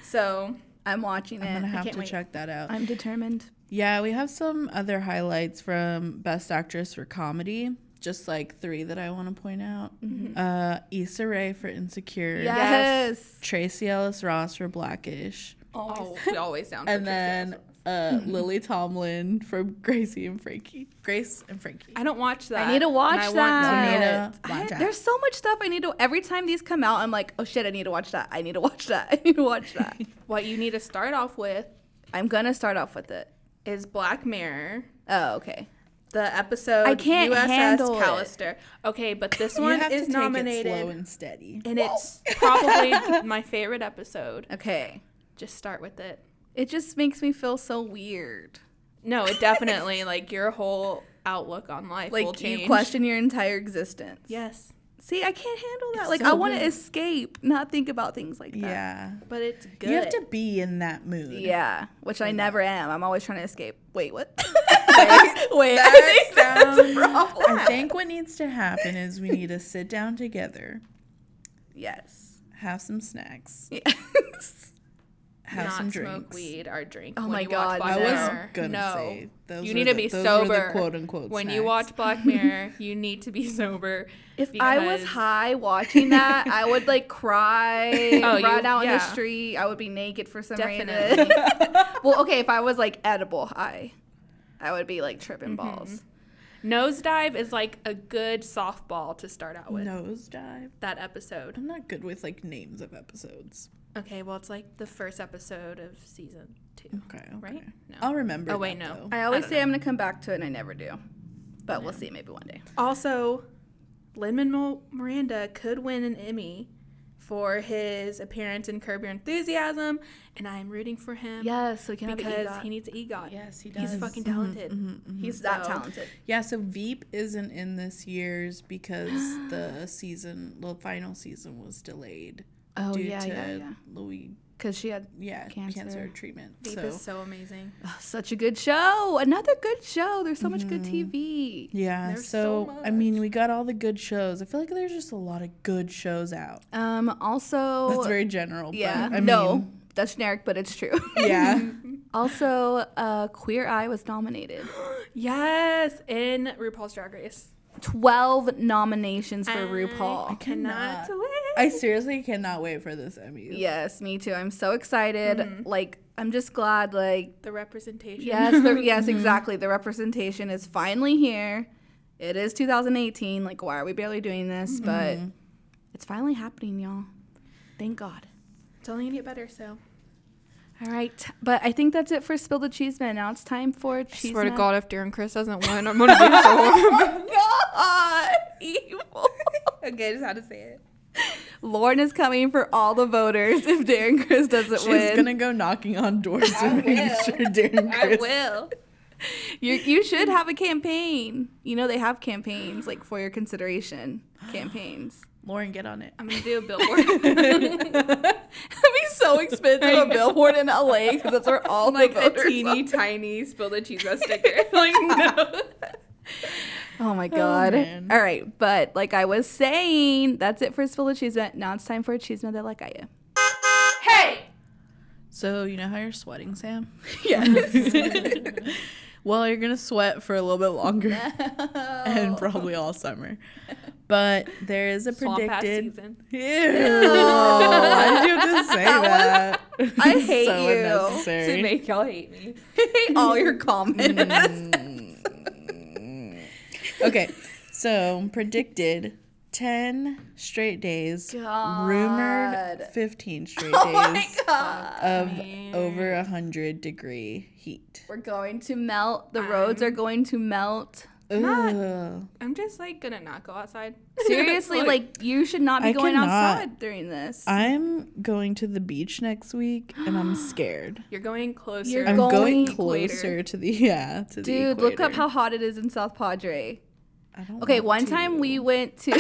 D: so
A: I'm watching
B: I'm gonna
A: it.
B: have
D: can't
B: to
D: wait.
B: check that out.
A: I'm determined.
B: Yeah, we have some other highlights from Best Actress for Comedy. Just like three that I want to point out.
D: Mm-hmm.
B: Uh, Issa Rae for Insecure.
A: Yes.
B: Tracy Ellis Ross for Blackish.
D: Oh, we always down. for
B: and
D: Tracy
B: then
D: Ellis.
B: uh, Lily Tomlin from Gracie and Frankie. Grace and Frankie.
D: I don't watch that.
A: I need to
D: and
A: watch
D: I want
A: that.
D: to know.
B: Tomato,
A: I-
B: watch out.
A: there's so much stuff I need to. Every time these come out, I'm like, oh shit, I need to watch that. I need to watch that. I need to watch that.
D: What you need to start off with
A: I'm gonna start off with it.
D: is Black Mirror.
A: Oh, okay.
D: The episode
A: I can't
D: USS
A: handle it.
D: Callister. Okay, but this
B: You
D: one
B: have to
D: is
B: take it slow
D: nominated,
B: and steady.
D: and it's probably my favorite episode.
A: Okay.
D: Just start with it.
A: It just makes me feel so weird.
D: No, it definitely like your whole outlook on life
A: Like
D: will change.
A: you question your entire existence.
D: Yes,
A: See, I can't handle that. like
B: so
A: I want to
B: good.
A: escape, not think about things like that.
B: Yeah.
D: but it's good.
B: You have to be in that mood.
A: Yeah, which I never am. I'm always trying to escape. Wait, what?
B: Wait,
A: I think that's a problem.
B: I think what needs to happen is we need to sit down together,
A: Yes.
B: have some snacks,
A: Yes.
B: have
D: not
B: some drinks.
D: drinks. smoke weed or drink.
A: Oh
D: when
A: my
D: you watch
A: God,
D: Black
B: I
D: Mirror.
B: was gonna
D: no.
B: say those
D: you
B: were
D: need to
B: the-
D: be
B: those were
D: sober.
B: the quote unquote.
D: when you
B: snacks.
D: watch Black Mirror, you need to be sober.
A: If I was
D: because-
A: high watching that, I would like cry
D: Oh, you-
A: right out in the
D: yeah.
A: street. I would be naked for some reason.
D: Definitely.
A: well, okay, if I was like edible high, I would be like tripping balls.
D: Nosedive is like a good softball to start out with.
B: nosedive.
D: That episode.
B: I'm not good with like names of episodes.
D: Okay, well, it's like the first episode of season two,
B: Okay,
D: right?
B: Mm, okay.
D: No.
B: I'll remember.
D: Oh, wait,
B: that,
D: no.
B: though.
A: I always
D: I don't
A: say I'm gonna come back to it, and I never do. But we'll see, maybe one day.
D: Also, Lin Manuel Miranda could win an Emmy for his appearance in Curb Your Enthusiasm, and I am rooting for him
A: Yes, so can E
D: because he needs an E EGOT.
B: Yes, he
D: He's fucking talented.
A: he's that
D: so-
A: talented.
B: Yeah, so Veep isn't in this year's because the season, the final season, was delayed
A: Oh
B: due
A: yeah,
B: to
A: yeah, yeah.
B: Louis,
A: Because she had
B: yeah, cancer,
A: Cancer.
B: treatment.
D: Veep
B: so
D: is so amazing.
A: oh, such a good show. Another good show. There's so much good
B: Mm-hmm.
A: TV.
B: yeah,
D: There's
B: so,
D: so
B: I mean, we got all the good shows. I feel like there's just a lot of good shows out.
A: Um. Also,
B: That's very general.
A: yeah.
B: but, I
A: no,
B: mean,
A: that's generic, but it's true.
B: yeah.
A: also, uh, Queer Eye was nominated.
D: Yes, in RuPaul's Drag Race.
A: Twelve nominations for
D: I
A: RuPaul.
D: Cannot
B: Cannot.
D: wait.
B: I seriously cannot wait for this Emmys.
A: Yes, me too. I'm so excited.
B: Mm-hmm.
A: Like, I'm just glad. Like,
D: The representation.
A: Yes, the, yes,
B: Mm-hmm.
A: exactly. The representation is finally here. It is 2018. Like, why are we barely doing this? But
B: Mm-hmm.
A: it's finally happening, y'all. Thank God.
D: It's only gonna get better, so.
A: All right, but I think that's it for Spill the Cheese Man. Now it's time for Cheese Man. Oh
D: if Darren Chris doesn't win, I'm gonna be so.
A: God, evil.
D: okay, just how to say it.
A: Lauren is coming for all the voters if Darren Chris doesn't
B: She's
A: win.
B: gonna go knocking on doors to make sure Darren
D: I
B: Chris.
D: will.
A: You, you should have a campaign. You know, they have campaigns, like for your consideration campaigns.
B: Lauren, get on it.
D: I'm gonna do a billboard.
A: It'd be so expensive a billboard in LA because that's where all
D: like
A: the
D: a
A: voters
D: teeny tiny spill the cheese on sticker. like no.
A: are. Oh my god!
B: man.
A: all right, but like I was saying, that's it for Spill the Cheese Man. Now it's time for a cheese man that like I am.
B: So you know how you're sweating, Sam?
A: Yes.
B: Well, you're gonna sweat for a little bit longer and probably all summer. But there is a
D: Swamp ass
B: predicted.
D: season.
B: Ew! Why did you have to say that?
A: I hate
B: so
A: you.
D: To
B: Unnecessary.
D: make y'all hate me.
A: all your
B: Mm,
A: comments.
B: Okay, so predicted ten straight days, rumored fifteen straight
A: Oh
B: days of over a hundred degree heat.
A: We're going to melt. The roads are going to melt.
B: Ugh.
D: I'm just like gonna not go outside.
A: Seriously, like, you should not be
B: I
A: going
B: cannot.
A: outside during this.
B: I'm going to the beach next week, and I'm scared.
D: you're going closer.
A: You're
B: I'm
A: Going
B: going
A: equator.
B: closer to the yeah to the
A: Dude, look up
B: equator.
A: how hot it is in South Padre.
B: I don't
A: Okay,
B: want
A: one
B: to.
A: time we went to.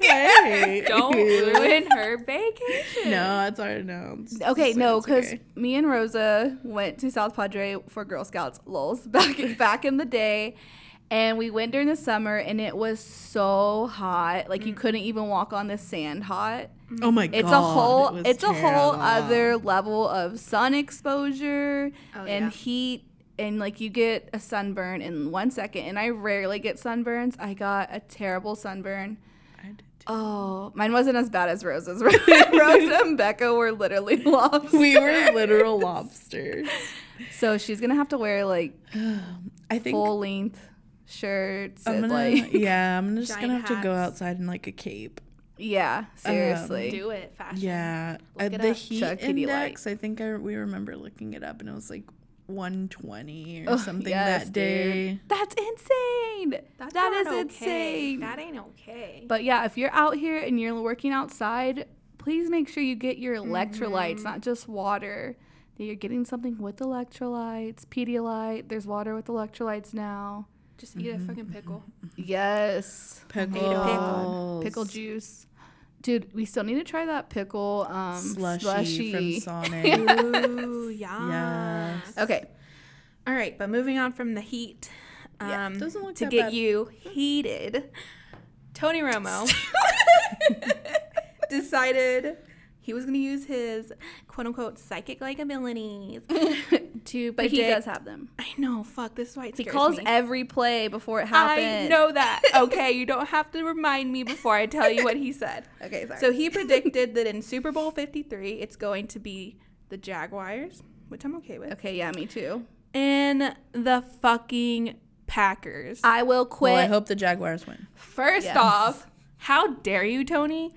B: Hey.
D: don't ruin her vacation.
B: No, it's already announced.
A: Okay,
B: Just
A: no,
B: it's
A: because
B: okay.
A: me and Rosa went to South Padre for Girl Scouts lols back back in the day, and we went during the summer, and it was so hot, like
B: Mm.
A: you couldn't even walk on the sand. Hot.
B: oh my god,
A: It's a whole
B: it was
A: it's a whole
B: terrible. Oh,
A: other level of sun exposure and
D: yeah.
A: heat. and like you get a sunburn in one second. And I rarely get sunburns. I got a terrible sunburn.
B: I did too.
A: Oh, mine wasn't as bad as Rose's. Rose and Becca were literally lobsters.
B: We were literal lobsters.
A: so she's gonna have to wear like
B: I think
A: full length shirts
B: I'm
A: and
B: gonna,
A: like
B: yeah, I'm just gonna have
D: giant
B: to go
D: hats.
B: outside in like a cape.
A: yeah,
B: Um,
A: seriously.
D: Do it, fashion.
B: Yeah,
D: Look
B: Uh,
D: it
B: the
D: up.
B: heat
A: Chuck Kitty
B: index. I think I we remember looking it up, and it was like 120 or
A: Ugh,
B: something
A: yes, dude.
B: that day.
A: That's insane.
D: That's
A: that
D: not
A: is
D: okay.
A: insane.
D: That ain't okay.
A: But yeah, if you're out here and you're working outside, please make sure you get your electrolytes,
D: Mm-hmm.
A: not just water. That you're getting something with electrolytes, Pedialyte. There's water with electrolytes now.
D: Just eat a fucking pickle.
A: Yes.
B: Pickles.
A: Pickle juice. Dude, we still need to try that pickle um,
B: Slushy,
A: slushy.
B: from Sonic.
D: Ooh, mm-hmm. yeah.
B: Yes.
A: okay.
D: All right, but moving on from the heat. Um,
B: Yeah, doesn't look
D: to
B: that
D: get
B: bad.
D: you heated. Tony Romo decided he was going to use his quote unquote psychic like abilities to
A: But he does
D: predict-
A: have them.
D: I know. Fuck. This is why it
A: He
D: scares
A: calls
D: me.
A: every play before it
D: I
A: happens.
D: know that. Okay, you don't have to remind me before I tell you what he said.
A: Okay, sorry.
D: So he predicted that in Super Bowl 53, it's going to be the Jaguars, which I'm okay with,
A: okay, yeah, me too.
D: and the fucking Packers.
A: I will quit.
B: Well, I hope the Jaguars win.
D: First
A: Yes.
D: off, how dare you, Tony?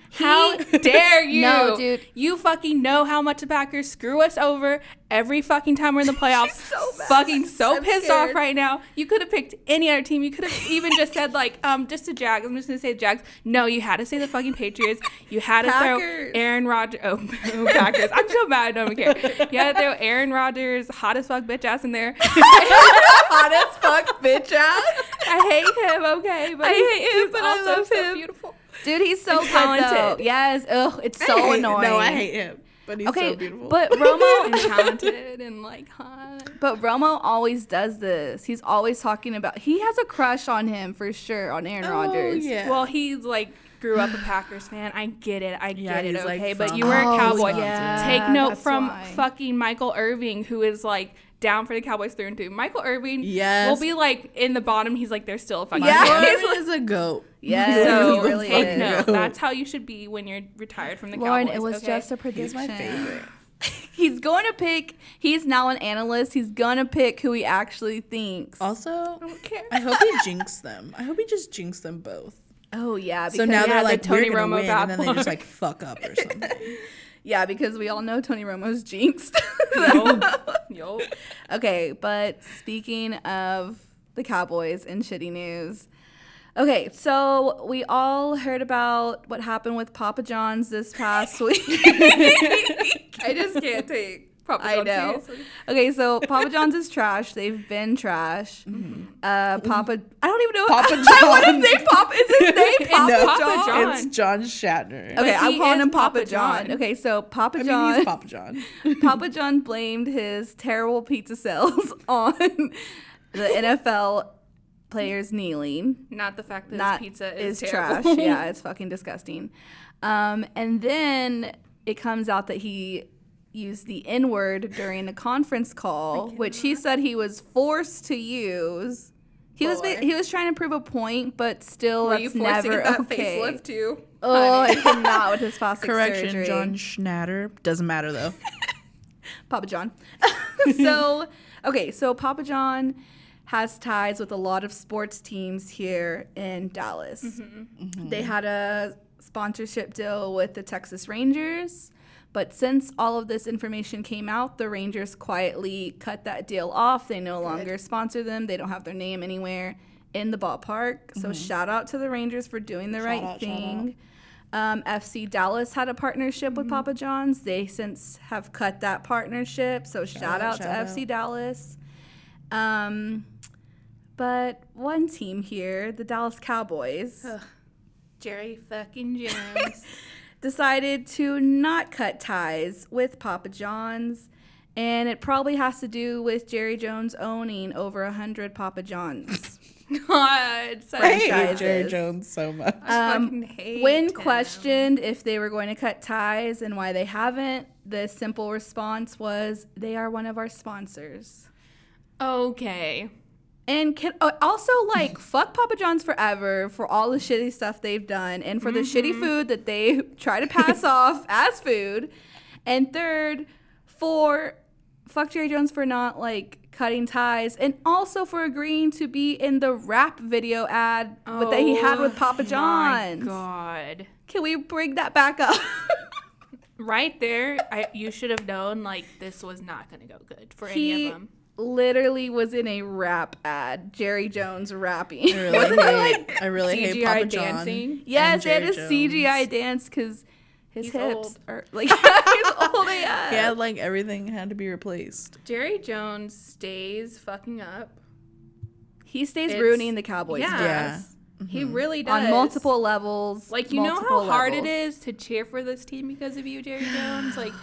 D: How dare you?
A: No, dude.
D: You fucking know how much the Packers screw us over every fucking time we're in the playoffs.
A: so mad.
D: Fucking so
A: I'm
D: pissed
A: scared.
D: off right now. You could have picked any other team. You could have even just said like, um, just the Jags. I'm just gonna say the Jags. No, you had to say the fucking Patriots. You had to
A: Packers.
D: throw Aaron Rodgers. Oh, oh, Packers. I'm so mad. I don't care. You had to throw Aaron Rodgers, hot as fuck bitch ass in there.
A: hot as fuck, bitch ass.
D: I hate him. Okay, but
A: I
D: he's-
A: hate him,
D: he's
A: but I
D: also
A: love
D: so
A: him.
D: beautiful.
A: Dude, he's so
D: And
A: good though.
D: talented.
A: Yes. Ugh, it's so annoying.
B: No, I hate him, but he's
A: Okay,
B: so beautiful.
A: but Romo,
D: and talented and like hot.
A: but Romo always does this. He's always talking about. He has a crush on him for sure on Aaron
B: Oh,
A: Rodgers.
B: yeah.
D: Well, he's like grew up a Packers fan. I get it. I
B: Yeah,
D: get it.
B: he's, like,
D: Okay, but
B: from-
D: you were
A: Oh,
D: a cowboy.
A: yeah,
D: Take note
A: that's
D: from
A: why.
D: fucking Michael Irving, who is like down for the Cowboys through and through. Michael Irving
B: Yes.
D: will be like in the bottom. He's like they're still a fucking
A: Yeah.
D: team.
B: Lauren is a goat.
A: Yes,
D: So
A: he really
D: take
A: is.
D: note. That's how you should be when you're retired from the
A: Lauren,
D: Cowboys.
A: it was
D: okay?
A: just a
B: He's
A: prediction.
B: my favorite.
A: He's going to pick. He's now an analyst. He's gonna pick who he actually thinks.
D: Oh.
B: Also,
D: don't care.
B: I hope he jinxed them. I hope he just jinxed them both.
A: Oh yeah. Because,
B: So now
D: yeah,
B: they're
D: the
B: like
D: Tony
B: we're gonna
D: Romo
B: win,
D: bad
B: and then they just
D: luck.
B: like fuck up or something.
A: yeah, because we all know Tony Romo's jinxed.
D: Oh. Yo,
A: Okay, but speaking of the Cowboys and shitty news. Okay, so we all heard about what happened with Papa John's this past week.
D: I just can't take. Papa
A: I
D: John's
A: know.
D: seriously.
A: Okay, so Papa John's is trash. They've been trash. Uh, Papa, I don't even know.
B: Papa
A: I want to
B: John's.
A: say Papa. Is his name Papa
B: No,
A: John?
D: Papa John.
B: It's John Shatner.
A: Okay,
D: But
A: I'm
D: he
A: calling
D: is
A: him Papa,
D: Papa
A: John.
D: John.
A: Okay, so Papa
B: I mean,
A: John.
B: he's Papa John.
A: Papa John blamed his terrible pizza sales on the NFL players kneeling.
D: Not the fact that
A: Not
D: his pizza is,
A: trash.
D: terrible.
A: Yeah, it's fucking disgusting. Um, and then it comes out that he used the N word during a conference call, which he said he was forced to use. He was
D: Boy.
A: he was trying to prove a point, but still,
D: Were
A: that's
D: you forcing
A: never
D: that
A: okay.
D: facelift too?
A: Oh, I cannot with his plastic
B: Correction,
A: surgery.
B: John Schnatter. Doesn't matter though.
A: Papa John. so, okay, so Papa John has ties with a lot of sports teams here in Dallas.
B: Mm-hmm,
A: They had a sponsorship deal with the Texas Rangers, but since all of this information came out, the Rangers quietly cut that deal off. They no longer sponsor them, they don't have their name anywhere in the ballpark. So, shout out to the Rangers for doing the right
B: out, Mm-hmm. shout out.
A: thing. Um, FC Dallas had a partnership
B: Mm-hmm.
A: with Papa John's. They since have cut that partnership. So shout,
B: out,
A: out,
B: shout
A: to
B: out.
A: FC Dallas. Um, but one team here, the Dallas Cowboys,
D: Jerry fucking Jones.
A: decided to not cut ties with Papa John's. And it probably has to do with Jerry Jones owning over 100 Papa John's.
D: God, such
B: I
D: a
B: hate
A: Franchises.
B: Jerry Jones so much.
D: fucking hate.
A: Um, When
D: him.
A: questioned if they were going to cut ties and why they haven't, the simple response was, they are one of our sponsors.
D: Okay.
A: And can, uh, also, like, fuck Papa John's forever for all the shitty stuff they've done and for the shitty food that they try to pass off as food. And third, for fuck Jerry Jones for not, like, cutting ties and also for agreeing to be in the rap video ad with- that he had with Papa John's.
D: Oh God.
A: Can we bring that back up?
D: Right there, I, you should have known like this was not going to go good for any
A: he
D: of them.
A: literally was in a rap ad, Jerry Jones rapping.
B: I really hate, I really hate
D: CGI
B: Papa John.
D: dancing?
B: and
A: Yes, it
B: Jerry
A: is
B: Jones.
A: CGI dance because his
D: He's
A: hips
D: old.
A: are like he's old AF.
B: Yeah, like everything had to be replaced.
E: Jerry Jones stays fucking up.
A: He stays
E: It's-
A: ruining the Cowboys
E: Yeah. He really does.
A: Mm-hmm. on multiple levels.
D: Like you know how
A: multiple
D: hard it
A: levels.
D: is to cheer for this team because of you, Jerry Jones. Like,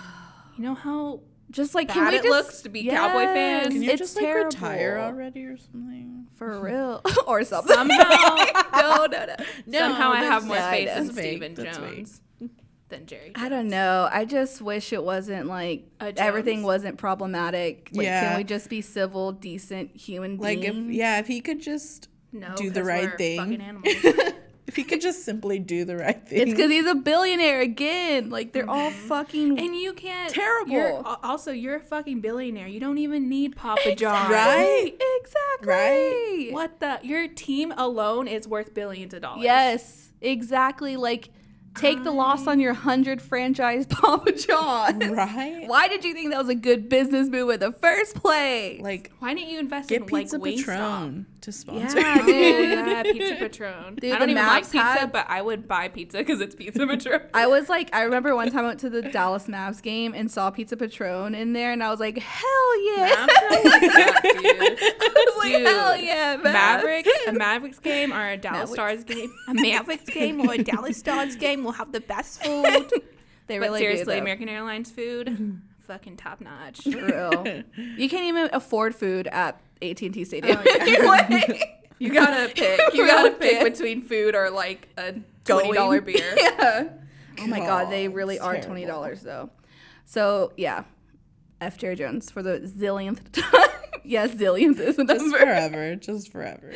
D: you know how
A: Just like
D: bad
A: can we
D: it
A: just,
D: looks to be Cowboy fans?
B: Can you
A: it's
B: just like
A: terrible.
B: retire already or something?
A: for real or something?
D: somehow
A: no, no, no.
D: somehow I have
B: that's-
D: more
A: yeah,
D: faith
A: that's
D: in
B: fake,
D: Stephen
B: that's fake.
D: Jones than Jerry.
A: I don't know. I just wish it wasn't like
D: A Jones.
A: everything wasn't problematic. Like,
B: Yeah.
A: can we just be civil, decent human
B: Like if
A: beings?
B: yeah, if he could just
D: No,
B: do the
D: Oh, 'cause
B: right
D: we're
B: thing.
D: fucking animals.
B: if he could just simply do the right thing.
A: It's because he's a billionaire again. Like they're all
B: Mm-hmm.
A: fucking
D: And you can't.
A: Terrible.
D: You're, al- also, you're a fucking billionaire. You don't even need Papa John.
B: right?
A: Exactly.
B: Right?
D: What the? Your team alone is worth billions of dollars.
A: Yes, exactly. Like, take the loss on your hundred franchise Papa John.
B: Right?
A: Why did you think that was a good business move in the first place?
B: Like
D: Why didn't you invest in
B: get
D: like
B: Pizza
D: Wingstop?
B: Patron to sponsor.
A: Yeah,
D: Oh,
A: dude.
D: yeah, Pizza Patron.
A: Dude,
D: I don't
A: the
D: even like
A: Mavs
D: pizza,
A: had-
D: but I would buy pizza because it's Pizza Patron.
A: I was like, I remember one time I went to the Dallas Mavs game and saw Pizza Patron in there, and I was like, hell yeah! I was like,
D: dude.
A: hell yeah, Mavs.
D: Mavericks, a Mavericks game or a Dallas
A: Mavericks.
D: Stars game, a Mavericks game or a Dallas Stars game will have the best food.
A: They
D: But
A: really
D: seriously,
A: do. though.
D: American Airlines food, fucking top notch.
A: For real. you can't even afford food at AT and T Stadium. Like,
E: Oh, You gotta pick. You gotta pick between food or like a twenty dollar
A: Going.
E: beer.
A: yeah. Oh my god, they
B: God,
A: really
B: it's
A: are
B: terrible.
A: twenty dollars though. So yeah, F Jerry Jones for the zillionth time. yes, zillionth is the
B: Just
A: number.
B: forever. Just forever.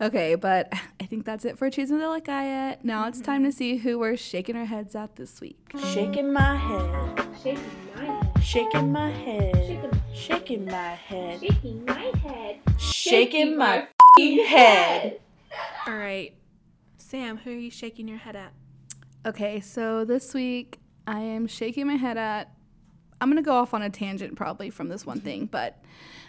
A: Okay, but I think that's it for Cheese and the Diet. Now it's time
E: Mm-hmm.
A: to see who we're shaking our heads at this week.
F: Shaking my head. Shaking my head. Shaking my head.
G: Shaking my head.
F: Shaking my f***ing head.
D: All right, Sam, who are you shaking your head at?
A: Okay, so this week I am shaking my head at. I'm gonna go off on a tangent probably from this one thing, but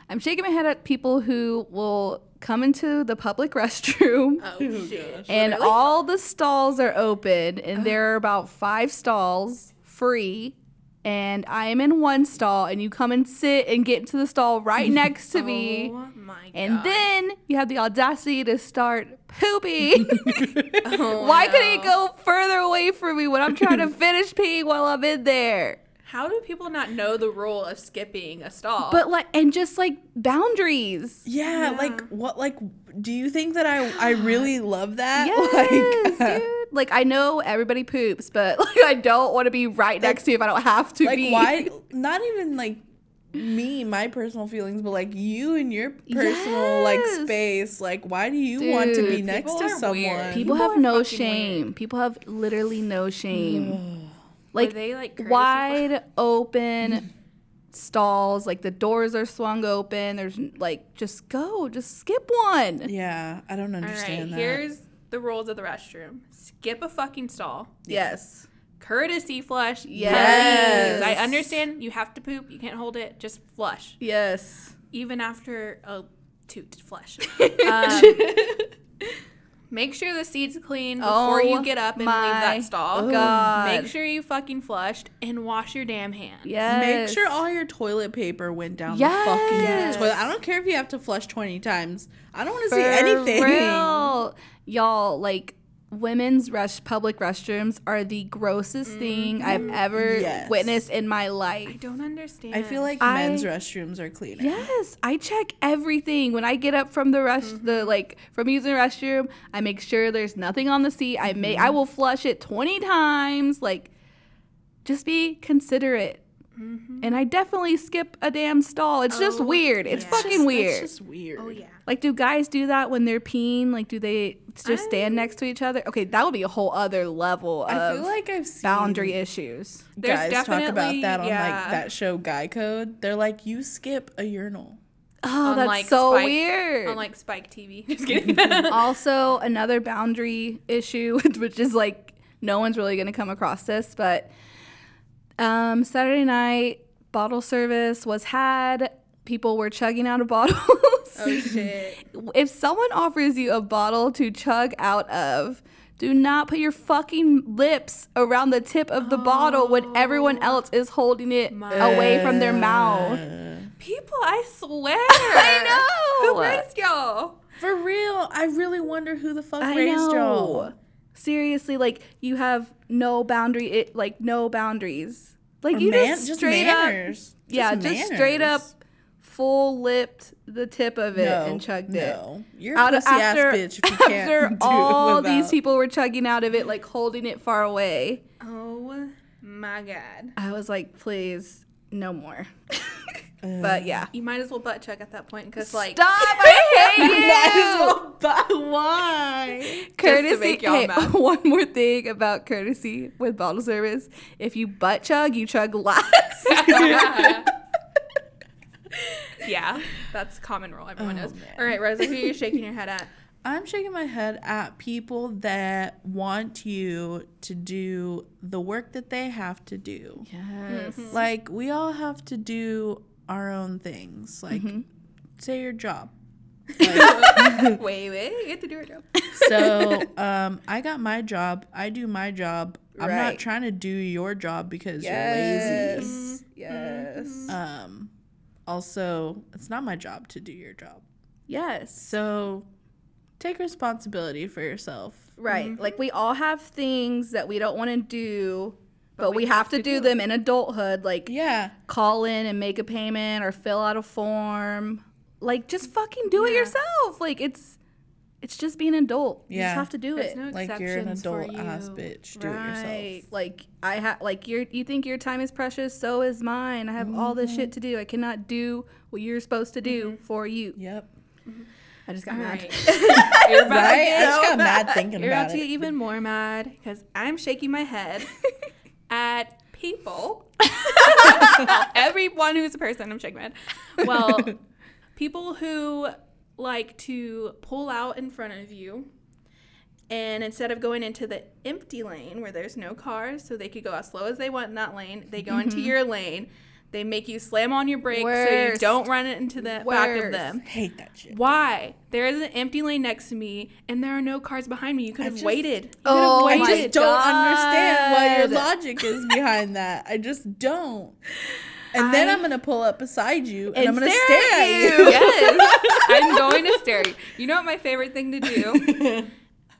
A: I'm shaking my head at people who will come into the public restroom
B: Oh gosh.
A: and all the stalls are open and there are about five stalls free and i am in one stall and you come and sit and get into the stall right next to me
D: Oh my
A: and
D: god!
A: then you have the audacity to start pooping why couldn't you go further away from me when i'm trying to finish peeing while i'm in there
E: How do people not know the rule of skipping a stall?
A: but like and just like boundaries
B: Yeah, like what? Like, do you think that I I really love that?
A: Yes,
B: like,
A: dude. Like I know everybody poops, but like I don't want to be right next to you if I don't have to
B: like
A: be.
B: why? Not even like me, my personal feelings, but like you and your personal like
A: Yes.
B: space. Like, why do you want to be
A: Dude,
B: next
E: people
B: to
E: are
B: someone?
E: weird. People
A: People, have
E: are
A: no
E: fucking
A: shame. People have literally no shame. like
D: Were they like courtesy
A: wide open stalls, like the doors are swung open. There's like just go, just skip one.
B: Yeah, I don't
E: all right,
B: understand that.
E: here's the rules of the restroom: skip a fucking stall,
A: Yes.
D: courtesy flush?
A: Yes.
D: please. I understand you have to poop. You can't hold it. Just flush,
A: Yes.
D: even after a toot flush. Um, make sure the seat's clean before
A: Oh
D: you get up and leave
A: my
D: that stall.
A: God.
D: Make sure you fucking flushed and wash your damn hands.
A: Yes.
B: Make sure all your toilet paper went down
A: Yes.
B: the fucking
A: Yes.
B: toilet. I don't care if you have to flush 20 times. I don't want to
A: For
B: see anything.
A: real, y'all. Like women's rush public restrooms are the grossest thing I've ever
B: Yes.
A: witnessed in my life.
D: I don't understand.
B: I feel like
A: I-
B: men's restrooms are cleaner.
A: Yes, I check everything when I get up from the rush, the like from using the restroom. I make sure there's nothing on the seat. I make I will flush it twenty times. Like, just be considerate. And I definitely skip a damn stall. It's just weird. It's fucking weird.
B: It's just weird.
D: Oh yeah.
A: Like, do guys do that when they're peeing? Like, do they just stand next to each other? Okay, that would be a whole other level of
B: I feel like I've seen
A: boundary issues.
B: guys talk about
D: definitely-
B: that on like
D: yeah.
B: that show Guy Code. They're like, you skip a urinal.
A: Oh,
D: On,
A: that's
D: like,
A: so
D: Spike-
A: weird.
D: On like Spike TV. Just kidding.
A: also, another boundary issue, which is like no one's really going to come across this, but um, Saturday night bottle service was had. People were chugging out of bottles.
D: oh shit.
A: if someone offers you a bottle to chug out of, do not put your fucking lips around the tip of the bottle when everyone
D: Oh.
A: else is holding it away from their mouth.
D: People, I swear. I
A: know.
D: Who raised y'all?
B: For real, I really wonder who the fuck
A: I
B: raised
A: know.
B: y'all.
A: Seriously, like you have no boundary, it like no boundaries. Like you
B: Man-
A: just straight up,
B: manners.
A: yeah, just, straight up,
B: manners.
A: full lipped the tip of it
B: No,
A: and chugged it.
B: no. You're a
A: Out of
B: pussy ass
A: after,
B: bitch if you
A: after
B: can't do it
A: all these
B: without-
A: people were chugging out of it, like holding it far away.
D: Oh my god.
A: I was like, please, no more. but yeah.
D: You might as well butt chug at that point because like
A: Stop! I hate you.
B: But why?
A: courtesy.
D: make y'all
A: hey,
D: mad.
A: one more thing about courtesy with bottle service: if you butt chug, you chug last.
D: yeah, that's common rule. Everyone
A: Oh,
D: knows. All right, Rosa, who are you shaking your head at?
B: I'm shaking my head at people that want you to do the work that they have to do.
A: yes.
B: Like we all have to do our own things. Like
A: Mm-hmm.
B: say your job.
D: wait, wait, you have to do it. Joe.
B: So um, I got my job. I do my job. I'm
A: Right.
B: not trying to do your job because you're lazy.
A: Yes. Yes.
B: Um, also, it's not my job to do your job.
A: Yes.
B: So take responsibility for yourself.
A: Right. Like we all have things that we don't want to do, but, we, have, to, do them in adulthood. Like
B: Yeah.
A: call in and make a payment or fill out a form. Like just fucking do it yourself. Like it's it's just being an adult. You
B: Yeah.
A: just have to do it.
D: no
B: Like you're an
D: exceptions for
B: adult ass
D: you.
B: bitch. Do it yourself.
A: Like I have like your you think your time is precious, so is mine. I have all this shit to
B: Mm-hmm.
A: do. I cannot do what you're supposed to do for you.
B: Yep.
A: I just got mad.
D: You're about
B: Right?
D: to
B: I
D: get,
B: just got mad thinking
D: you're about
B: about
D: to get
B: it.
D: even more mad because I'm shaking my head at people. Everyone who's a person, I'm shaking my head. Well, people who like to pull out in front of you. And instead of going into the empty lane where there's no cars, so they could go as slow as they want in that lane, they go
B: Mm-hmm.
D: into your lane. They make you slam on your brakes so you
A: Worst.
D: don't run into the back
A: Worst.
D: of them.
B: Hate that shit.
D: Why? There is an empty lane next to me, and there are no cars behind me. You could have
B: just-
D: waited. You could
A: Oh,
D: have
B: I
A: my
B: just
D: waited.
B: don't understand what your
A: God.
B: logic is behind that. I just don't. And then I'm gonna pull up beside you and, I'm gonna stare, at you.
D: yes, I'm going to stare. you. You know what my favorite thing to do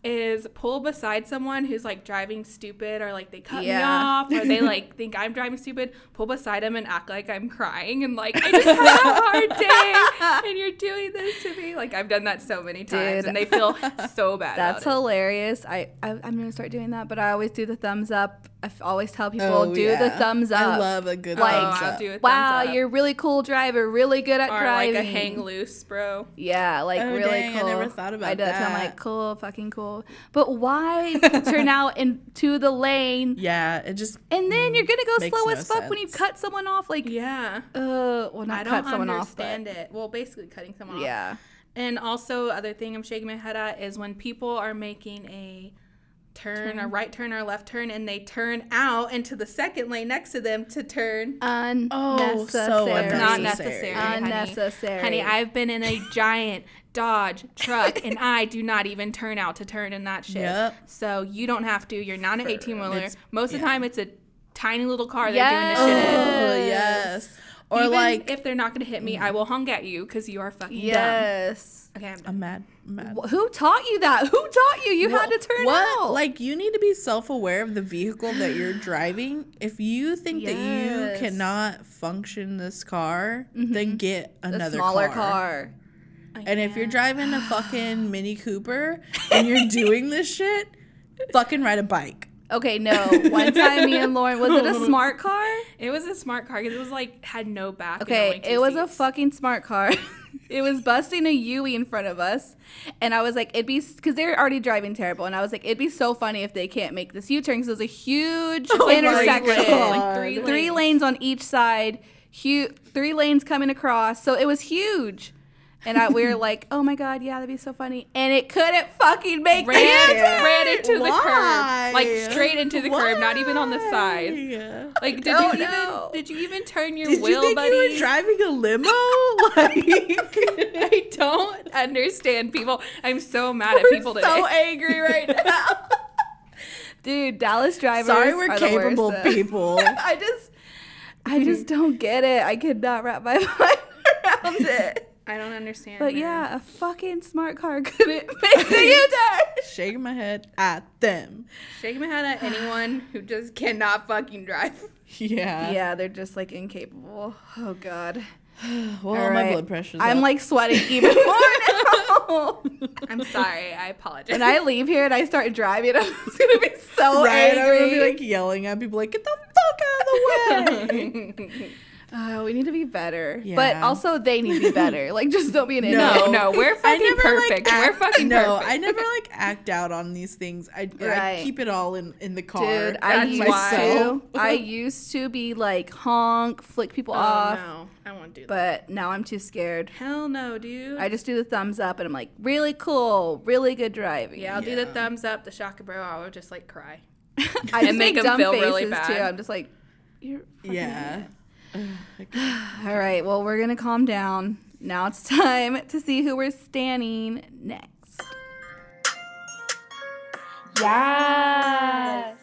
D: is pull beside someone who's like driving stupid, or like they cut me
A: Yeah.
D: off, or they like think I'm driving stupid. Pull beside them and act like I'm crying and like I just had a hard day, and you're doing this to me. Like I've done that so many times,
A: Dude.
D: and they feel so bad.
A: That's
D: about
A: hilarious. I, I I'm gonna start doing that, but I always do the thumbs up. I f- always tell people
B: Oh,
A: do the
B: yeah.
A: thumbs up.
B: I love a good
A: Like,
D: it.
B: thumbs
D: oh,
B: up.
D: I'll do it.
A: wow, you're really cool driver, really good at
D: or
A: driving.
D: like a hang loose, bro.
A: Yeah, like
B: Oh,
A: really
B: dang, I
A: cool.
B: never thought about
A: I do I'm
B: that.
A: like cool, fucking cool. But why turn out into the lane
B: yeah, it just
A: and then you're gonna go
B: Mm, Makes
A: slow
B: no
A: as fuck when you
B: sense.
A: cut someone off? Like,
D: Yeah.
A: uh, well, not
D: I
A: cut
D: don't
A: someone off, but
D: understand it. Well, basically cutting someone off.
A: yeah,
D: And also, other thing I'm shaking my head at is when people are making a turn, a right turn or a left turn, and they turn out into the second lane next to them to turn.
B: oh
A: unnecessary.
B: so unnecessary.
D: Not necessary. honey.
A: Unnecessary.
D: Honey, I've been in a giant Dodge truck, and I do not even turn out to turn in that shit.
B: Yep.
D: So you don't have to. You're not an 18 wheeler.
B: It's-
D: Most of the
B: yeah.
D: time, it's a tiny little car
A: Yes.
D: they're doing this shit in.
B: Oh yes. Or
D: Even
B: like
D: if they're not gonna hit me, I will honk at you because you are fucking
A: Yes.
D: dumb. Okay, I'm done.
B: I'm mad. I'm mad.
A: Wh- Who taught you that? Who taught you? You had to turn
B: what?
A: out.
B: Like you need to be self-aware of the vehicle that you're driving. If you think that
A: Yes.
B: you cannot function this car,
D: Mm-hmm.
B: then get
A: a
B: another
A: smaller car.
B: And if you're driving a fucking Mini Cooper and you're doing this shit, fucking ride a bike.
A: Okay, no. One time, me and Lauren was it a smart car?
D: It was a smart car because it was like had no back. and
A: Okay,
D: only two
A: it was a
D: seats.
A: fucking smart car. it was busting a Yui in front of us, and I was like, it'd be because they were already driving terrible, and I was like, it'd be so funny if they can't make this U turn because it was a huge intersection,
B: God.
D: oh, three
A: three lanes on each side, hu- three lanes coming across, so it was huge. And I, we were like, oh my god, yeah, that'd be so funny, and it couldn't fucking make the
D: ran,
A: U-turn!
D: ran into the
B: Why?
D: curb, like straight into the curb, not even on the side.
B: Yeah.
D: Like, did
A: don't
D: you even
A: know.
D: did you even turn your
B: Did
D: wheel,
B: you think
D: buddy?
B: you were driving a limo? Like,
D: I don't understand people. I'm so mad at people today.
A: so angry right now. Dude, Dallas drivers.
B: sorry, we're
A: are the
B: capable
A: worst, though.
B: people.
A: I just, I just don't get it. I could not wrap my mind around it.
D: I don't understand.
A: But
D: man.
A: yeah, a fucking smart car couldn't make the U-turn.
B: Shaking my head at them.
D: shake my head at anyone who just cannot fucking drive.
B: Yeah.
A: Yeah, they're just like incapable. Oh God.
B: Well,
A: All
B: my
A: right.
B: blood pressure's
A: I'm
B: up.
A: like sweating even more now.
D: I'm sorry. I apologize.
A: when I leave here and I start driving, I'm just gonna be so
B: right. I'm gonna be
A: angry.
B: like yelling at people, like, get the fuck out of the way.
A: oh, we need to be better. But
B: Yeah.
A: also, they need to be better. Like, just don't be an idiot.
D: no, no, we're
B: I
D: fucking
B: never
D: perfect.
B: Like,
D: we're
B: act-
D: fucking
B: no,
D: perfect.
B: I never like act out on these things. I, I
A: Right.
B: keep it all in in the car.
A: Dude, I
D: That's
A: used
D: why.
A: to. I used to be like honk, flick people
D: Oh,
A: off,
D: no, I won't do that.
A: but now I'm too scared.
D: Hell no, dude.
A: I just do the thumbs up, and I'm like, really cool, really good driving.
D: yeah, I'll do the thumbs up, the shocker bro. I will just like cry.
A: I just
D: And
A: make,
D: make 'em
A: dumb
D: feel
A: faces
D: really
A: too.
D: bad.
A: I'm just like, you're fucking
B: yeah.
A: All right, well, we're gonna calm down. Now it's time to see who we're standing next.
H: Yes.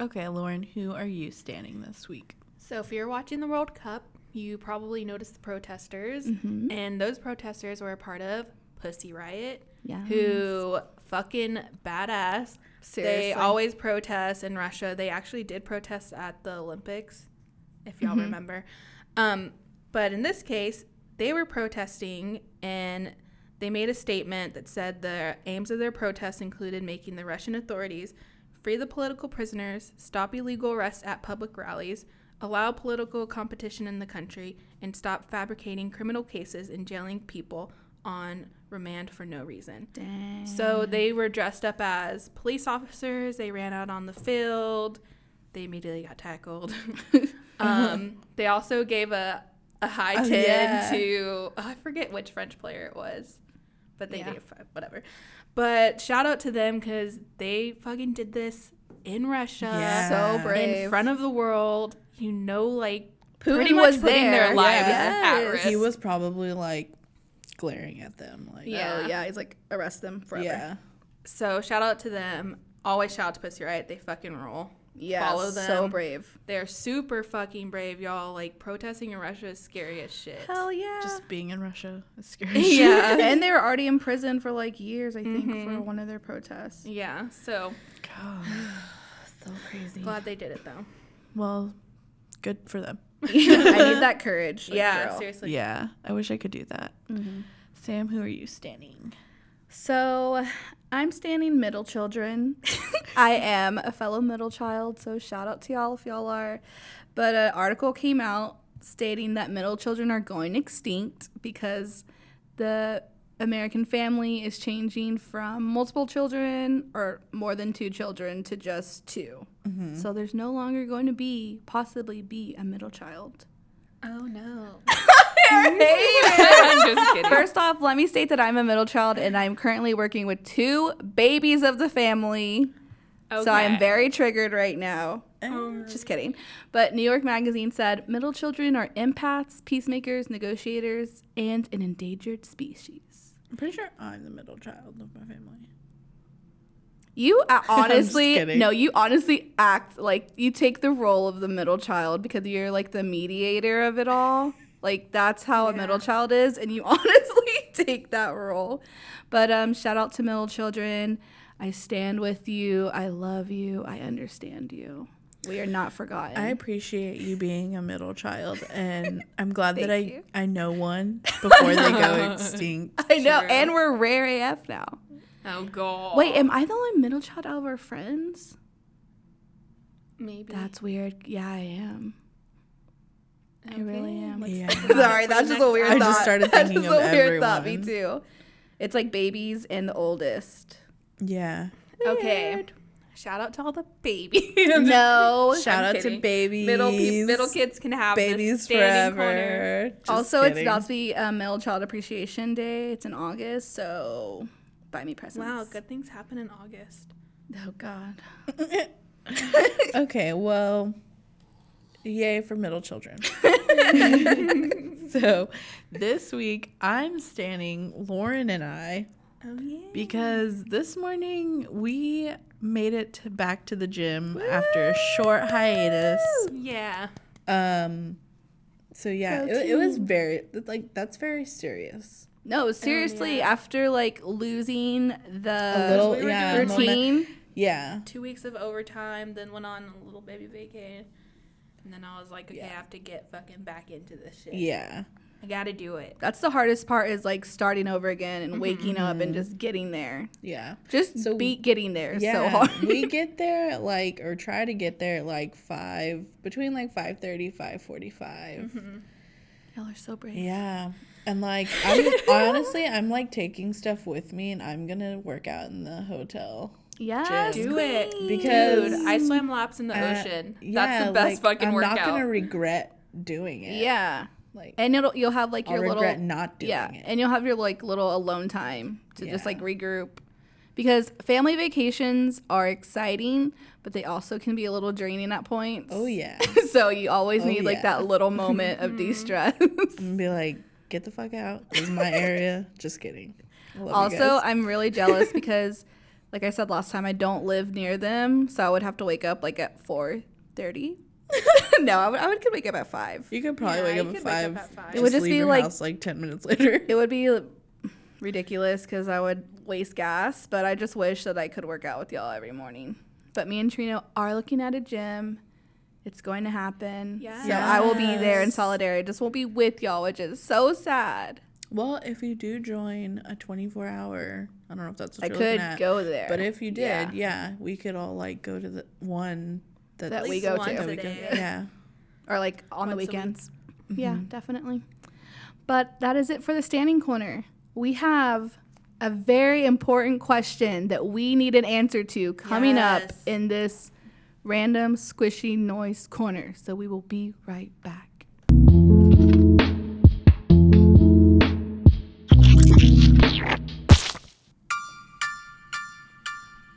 B: Okay, Lauren, who are you standing this week?
D: So if you're watching the World Cup, you probably noticed the protesters, and those protesters were a part of Pussy Riot,
A: Yeah.
D: who fucking badass.
A: Seriously.
D: They always protest in Russia. They actually did protest at the Olympics, if y'all remember. Um, but in this case, they were protesting and they made a statement that said the aims of their protests included making the Russian authorities free the political prisoners, stop illegal arrests at public rallies, allow political competition in the country, and stop fabricating criminal cases and jailing people on remand for no reason. So
B: Mm.
D: they were dressed up as police officers. They ran out on the field. They immediately got tackled. um, they also gave a, a high
B: Oh,
D: ten
B: yeah.
D: to oh, I forget which French player it was, but they gave five, whatever. But shout out to them because they fucking did this in Russia,
B: Yeah.
A: So
B: In
A: brave.
D: in front of the world. You know, like
A: Putin
D: pretty much
A: was
D: putting
A: there.
D: their lives
A: Yeah.
D: at risk.
B: He was probably like glaring at them, like oh,
A: yeah.
D: Yeah.
A: yeah, he's like, arrest them forever.
B: yeah.
D: So shout out to them. Always shout out to Pussy Riot. They fucking rule.
A: yeah
D: Follow them.
A: So brave.
D: They're super fucking brave, y'all. Like protesting in Russia is scary as shit.
A: Hell yeah.
B: Just being in Russia is scary.
A: yeah. and they were already in prison for like years, I think,
D: Mm-hmm.
A: for one of their protests.
D: Yeah. So
B: God, so crazy.
D: glad they did it though.
B: Well, good for them.
A: I need that courage. like, for
D: yeah.
A: real.
D: Seriously.
B: yeah, I wish I could do that. Sam, who are you standing?
A: So I'm standing middle children. I am a fellow middle child, so shout out to y'all if y'all are. But an article came out stating that middle children are going extinct because the American family is changing from multiple children or more than two children to just 2 So there's no longer going to be, possibly be, a middle child.
D: Oh no.
A: I'm just kidding. First off, let me state that I'm a middle child and I'm currently working with two babies of the family. So I'm
D: Okay.
A: very triggered right now. Just kidding. But New York Magazine said middle children are empaths, peacemakers, negotiators, and an endangered species.
B: I'm pretty sure I'm the middle child of my family.
A: You a- honestly,
B: kidding.
A: no, you honestly act like you take the role of the middle child because you're like the mediator of it all. Like that's how a middle child is, and you honestly take that role. But um, shout out to middle children. I stand with you. I love you. I understand you. We are not forgotten.
B: I appreciate you being a middle child, and I'm glad that I
A: Thank you.
B: I know one before they go extinct.
A: I know, and we're rare AF now.
D: Oh god.
A: Wait, am I the only middle child out of our friends?
D: Maybe.
A: That's weird. Yeah, I am. I really am.
B: Yeah.
A: Sorry, that's just a weird
B: I
A: thought.
B: just started
A: That's
B: thinking
A: just a
B: of
A: weird thought. Me
B: everyone.
A: too. It's like babies and the oldest.
B: yeah.
D: Okay.
C: Shout out to all the babies.
A: No.
B: Shout out
D: kidding.
B: to babies.
C: Middle pe- middle kids can have
B: Babies
C: this standing corner.
B: forever. Just
A: also,
B: kidding.
A: it's Nazi uh, Male Child Appreciation Day. It's in August, so buy me presents.
D: Wow, Oh, good things happen in August.
A: Oh God.
B: okay. Well, yay for middle children. so this week I'm standing Lauren and I
D: Oh yeah.
B: because this morning we made it to- back to the gym after a short hiatus.
D: Yeah.
B: Um. So yeah, it, it was very like that's very serious.
D: Oh,
A: No, seriously. After like losing the
B: A little,
D: we were
B: yeah,
D: doing-
B: moment-
A: routine.
B: Yeah.
D: Two weeks of overtime, then went on a little baby vacation. And then I was like, okay, I have to get fucking back into this shit.
B: Yeah.
D: I gotta do it.
A: That's the hardest part is like starting over again and waking up and just getting there.
B: Yeah.
A: Just
B: Mm-hmm. So-
A: beat getting there is so
B: Yeah,
A: hard.
B: we get there at like or try to get there at like 5 between like 5:30 5:45.
A: Mm-hmm. Y'all are so brave.
B: Yeah. And like I'm honestly I'm like taking stuff with me and I'm going to work out in the hotel.
A: Yes.
B: Do
D: Do it.
B: Because-
D: Dude, I swam laps in the
B: Uh,
D: ocean. That's
B: yeah,
D: the best
B: like,
D: fucking
B: I'm
D: workout.
B: not going to regret doing it.
A: Yeah.
B: Like
A: And it'll you'll have like
B: I'll
A: your
B: regret
A: little
B: not doing
A: yeah,
B: it.
A: and you'll have your like little alone time to just
B: Yeah.
A: like regroup. Because family vacations are exciting, but they also can be a little draining at points.
B: oh yeah.
A: so you always
B: Oh,
A: need like
B: yeah. Mm-hmm.
A: that little moment of de-stress.
B: and be like get the fuck out. This is my area. Just kidding. I love you
A: also,
B: guys.
A: I'm really jealous because like I said last time I don't live near them, so I would have to wake up like at 4:30. no, I would I would could wake up at 5.
B: you could probably
D: Yeah,
B: wake,
D: you
B: up,
D: could
B: at
D: wake up
B: five,
D: at five.
A: It would just
B: leave
A: be,
B: your
A: like-
B: house like 10 minutes later.
A: It would be ridiculous because I would waste gas, but I just wish that I could work out with y'all every morning. But me and Trino are looking at a gym. It's going to happen. Yeah. So I will be there in
B: Yes.
A: solidarity. Just won't be with y'all, which is so sad.
B: Well, if you do join a 24 hour, I don't know if that's what
A: I
B: you're
A: could
B: looking at,
A: go there.
B: But if you
A: Yeah.
B: did, yeah. we could all like go to the one that,
A: That
B: like,
A: we go
D: once
A: to.
D: a
B: we
D: day.
B: go- Yeah.
A: Or like on the
D: Once a week.
A: weekends. Mm-hmm. Yeah, definitely. But that is it for the standing corner. We have a very important question that we need an answer to coming up
D: Yes.
A: in this random squishy noise corner. So we will be right back.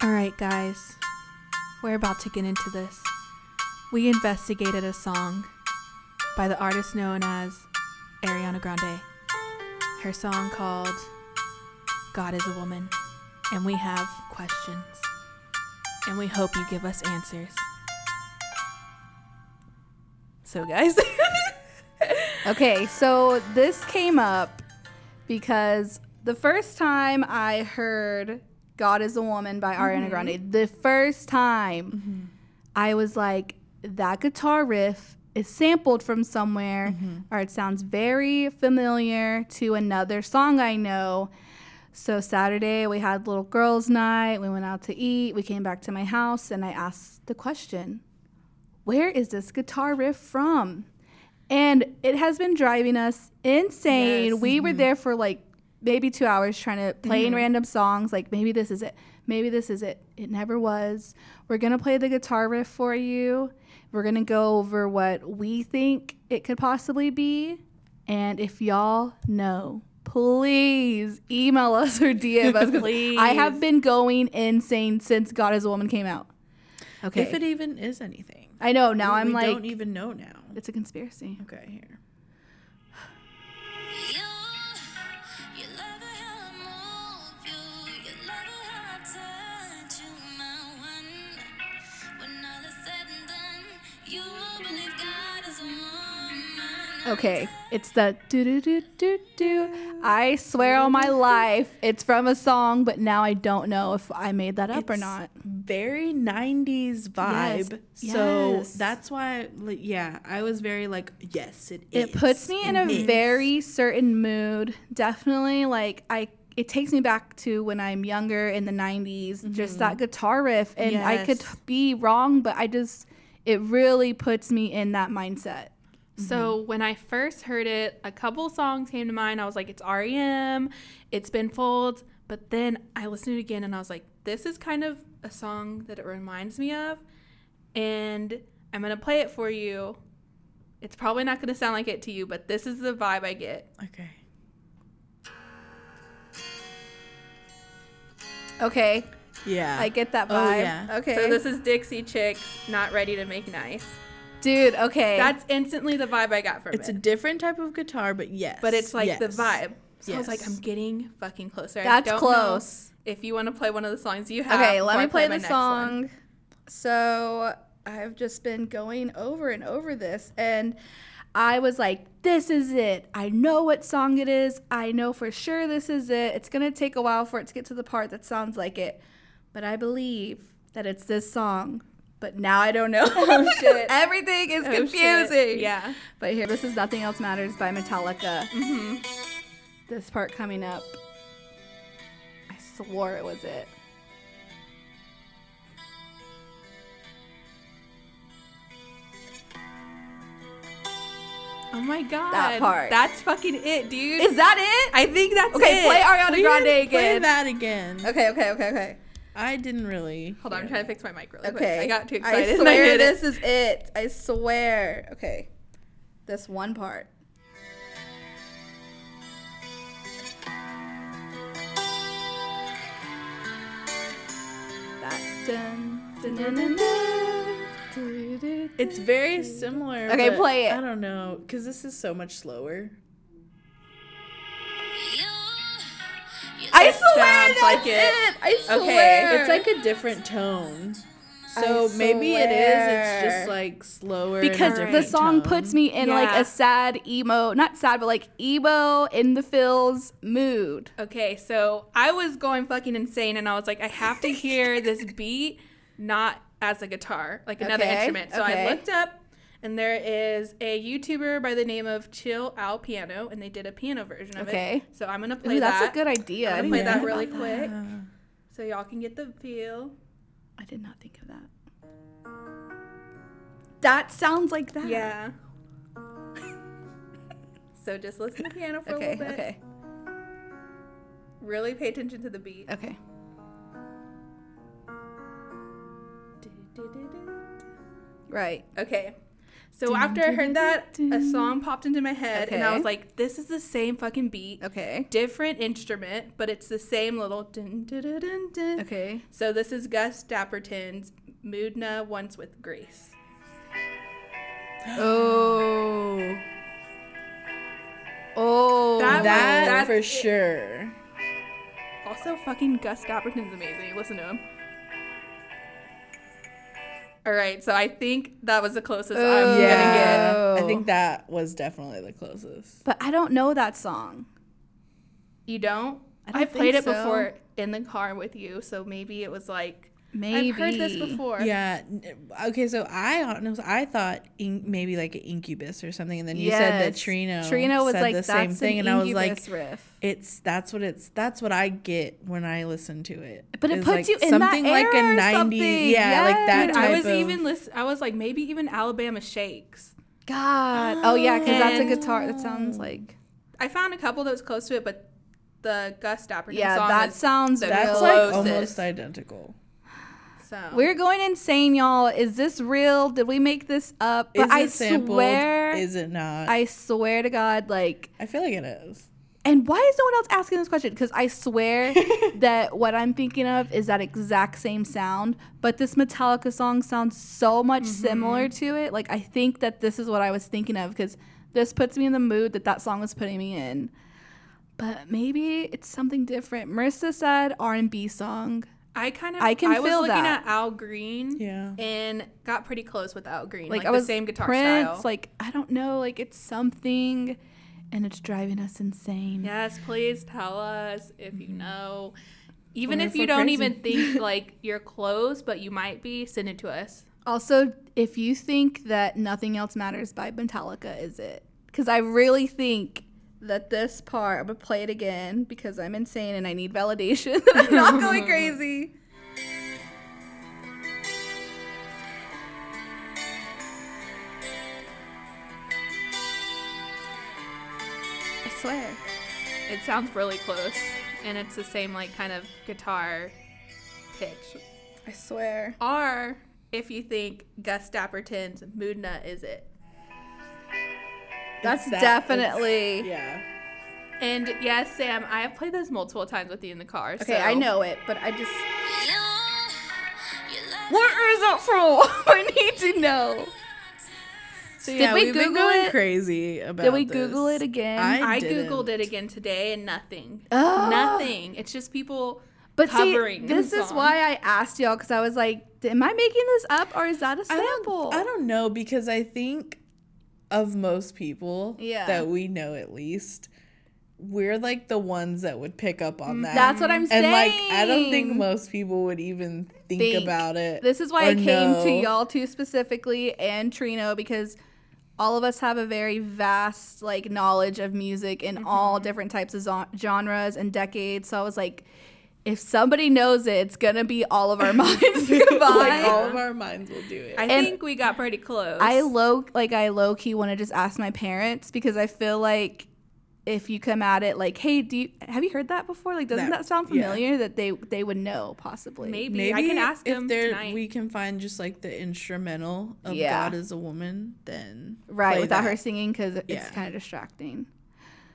C: All right, guys. We're about to get into this. We investigated a song by the artist known as Ariana Grande. Her song called God is a Woman. And we have questions. And we hope you give us answers. So, guys.
A: Okay, so this came up because the first time I heard God is a Woman by Ariana Grande, the first time I was like, that guitar riff is sampled from somewhere, or it sounds very familiar to another song I know. So Saturday we had little girls' night. We went out to eat. We came back to my house, and I asked the question, "Where is this guitar riff from?" And it has been driving us insane. We
B: Mm-hmm.
A: were there for like maybe two hours trying to playing random songs. Like maybe this is it. Maybe this is it. It never was. We're gonna play the guitar riff for you. We're gonna go over what we think it could possibly be. And if y'all know, please email us or DM us. 'cause I have been going insane since God is a Woman came out. Okay.
B: If it even is anything.
A: I know. Now I'm
B: we
A: like,
B: don't even know now.
A: it's a conspiracy.
B: Okay, here.
A: Okay, it's the do do do do do. I swear on my life, it's from a song, but now I don't know if I made that up or
B: It's
A: not.
B: Very 90s vibe.
A: Yes.
B: So
A: Yes.
B: that's why, like, yeah, I was very like, yes, it is.
A: It puts me in a
B: is.
A: very certain mood. Definitely, like I, it takes me back to when I'm Mm-hmm. younger in the '90s. Just that guitar riff, and I could
B: Yes.
A: be wrong, but I just it really puts me in that mindset.
D: So
A: Mm-hmm.
D: when I first heard it, a couple songs came to mind. I was like, it's REM, it's Ben Folds. But then I listened to it again and I was like, this is kind of a song that it reminds me of. And I'm going to play it for you. It's probably not going to sound like it to you, but this is the vibe I get.
B: Okay.
A: Okay,
B: Yeah.
A: I get that
B: Oh,
A: vibe.
B: yeah.
A: Okay,
D: So this is Dixie Chicks, Not Ready to Make Nice.
A: dude. Okay,
D: That's instantly the vibe I got from
B: It's a
D: it.
B: different type of guitar, but yes.
D: but it's like the
B: yes.
D: vibe. So I was like,
B: Yes.
D: I'm getting fucking closer. I
A: That's
D: don't know
A: close.
D: If you want to play one of the songs you have,
A: okay. Let
D: before I
A: me play,
D: my
A: the
D: next
A: song.
D: one.
A: So I've just been going over and over this, and I was like, "This is it. I know what song it is. I know for sure this is it. It's gonna take a while for it to get to the part that sounds like it, but I believe that it's this song." But now I don't know. Oh,
D: shit.
A: Everything is
D: Oh, shit.
A: confusing.
D: Yeah.
A: But here, this is Nothing Else Matters by Metallica. Mm-hmm. This part coming up, I swore it was it.
D: Oh my god.
A: part.
D: That's fucking it, dude.
A: Is that it?
D: I think that's
A: okay,
D: it.
A: play Ariana
B: We
A: Grande
B: didn't Play
A: again.
B: that again.
A: Okay, okay, okay, okay.
B: I didn't really.
D: Hold on, I'm trying to fix my mic really quick.
A: Okay.
D: I got too excited.
A: I
D: and
A: swear
D: hit it.
A: this is it. I swear. Okay. This one part. That dun, dun, dun, dun, dun, dun, dun, dun.
B: It's very similar.
A: Okay,
B: but
A: play it.
B: I don't know, because this is so much slower.
A: I swear
D: sounds
A: that's
D: like
A: it.
D: it.
A: I swear.
B: It's like a different tone. So
A: I
B: maybe it is. It's
A: swear.
B: just like slower.
A: because the song puts me in like
D: Yeah.
A: a sad emo, not sad, but like emo in the feels mood.
D: Okay, so I was going fucking insane and I was like, I have to hear this beat not as a guitar, like another
A: Okay,
D: instrument. So
A: okay.
D: I looked up and there is a YouTuber by the name of Chill Al Piano and they did a piano version of
A: Okay.
D: it. So I'm gonna play
A: Ooh,
D: that.
A: that's a good idea.
D: I'm
A: I
D: gonna play
A: didn't
D: Uh, that
A: think
D: really
A: about
D: quick so y'all can get the feel.
A: I did not think of that. That sounds like that.
D: Yeah. so just listen to the piano for a
A: Okay,
D: little bit.
A: okay,
D: Really pay attention to the beat.
A: okay. Right.
D: Okay. So after I heard that, a song popped into my head and I
A: Okay.
D: was like, this is the same fucking beat.
A: Okay.
D: Different instrument, but it's the same little dun dun dun dun dun.
A: Okay.
D: So this is Gus Dapperton's Mudna Once with Grace.
A: Oh. Oh.
D: That-
B: that
D: That's
B: for
D: it.
B: sure.
D: Also, fucking Gus Dapperton's amazing. You Listen to him. All right, so I think that was the closest
A: Oh.
D: I'm
A: Yeah.
D: gonna get.
B: I think that was definitely the closest.
A: but I don't know that song.
D: You don't? I,
A: don't
D: played it
A: think so.
D: before in the car with you, so maybe it was like
A: Maybe.
D: I've heard this before.
B: Yeah. n- Okay, so I honestly I thought in, maybe like an incubus or something, and then you said that
A: Yes.
B: Trino
A: Trino was
B: said
A: like
B: the
A: that's
B: same thing,
A: an
B: and I was like,
A: Incubus riff.
B: it's that's what it's that's what I get when I listen to it.
A: But it
B: It's
A: puts
B: like
A: you in that
B: something like
A: era
B: a
A: or
B: ninety,
A: something.
B: yeah, like that.
A: Yes.
D: Dude,
B: Type
D: I was
B: of,
D: even listen. I was like, maybe even Alabama Shakes.
A: God. Oh yeah, because that's a
D: And-
A: guitar. That sounds like.
D: I found a couple that was close to it, but the Gus Dapperton
A: Yeah,
D: song
A: that
D: was-
A: sounds.
B: that's
A: real.
B: like
D: closest.
B: almost identical.
D: so.
A: We're going insane, y'all. Is this real? Did we make this up? But
B: Is
A: I
B: it sampled?
A: swear,
B: is it not? I,
A: I swear to God, like,
B: feel like it is.
A: and why is no one else asking this question? Because I swear that what I'm thinking of is that exact same sound, but this Metallica song sounds so much
D: Mm-hmm.
A: similar to it. Like, I think that this is what I was thinking of because this puts me in the mood that that song was putting me in. But maybe it's something different. Marissa said R&B song.
D: I kind of.
A: I can
D: I was
A: feel
D: looking
A: that.
D: at Al Green.
B: Yeah.
D: And got pretty close with Al Green,
A: like,
D: like,
A: I
D: the
A: was
D: same guitar
A: Prince,
D: style.
A: Like I don't know, like it's something, and it's driving us insane.
D: yes, please tell us if you know. Even
B: Or
D: if
B: if
D: you
B: we're
D: don't
B: crazy.
D: even think like you're close, but you might be, send it to us.
A: Also, if you think that "Nothing Else Matters" by Metallica is it, because I really think that this part I'm gonna play it again because I'm insane and I need validation. that I'm not going crazy. I swear.
D: It sounds really close, and it's the same like kind of guitar pitch.
A: I swear.
D: Or if you think Gus Dapperton's Moodna is it.
A: That's
B: that-
A: definitely.
B: Yeah.
D: And yes, Sam, I have played this multiple times with you in the car.
A: Okay,
D: so-
A: I know it, but I just.
I: What?
A: What is that from? I need to know.
B: So
A: Did we
B: we've been
A: Google
B: going
A: it?
B: crazy about
A: Did we Google
B: this.
A: it again?
D: I
B: didn't.
D: googled it again today and nothing.
A: Oh.
D: Nothing. It's just people
A: But
D: covering.
A: see, this
D: the
A: is
D: song.
A: why I asked y'all because I was like, "Am I making this up or is that a
B: I don't,
A: sample?"
B: I don't know because I think of most people
A: Yeah.
B: that we know at least, we're like the ones that would pick up on that.
A: Mm, That's what I'm saying.
B: And like I don't think most people would even think,
A: Think.
B: about it.
A: This is why
B: or
A: I came to
B: know.
A: y'all too specifically and Trino because all of us have a very vast like knowledge of music in all
B: Mm-hmm.
A: different types of zo- genres and decades. So I was like, if somebody knows it, it's gonna be all of our minds
B: Like
A: combined.
B: all of our minds will do it.
D: I
A: And-
D: think we got pretty close.
A: I low like I low key want to just ask my parents because I feel like if you come at it like, hey, do you have you heard that before? Like, doesn't
B: That-
A: that, sound
B: yeah.
A: familiar? That they they would know possibly.
D: maybe. I can ask
B: if
D: them
B: there
D: tonight.
B: we can find just like the instrumental of
A: Yeah.
B: God is a woman, then
A: right
B: play
A: without
B: that.
A: her singing because
B: Yeah.
A: it's kind of distracting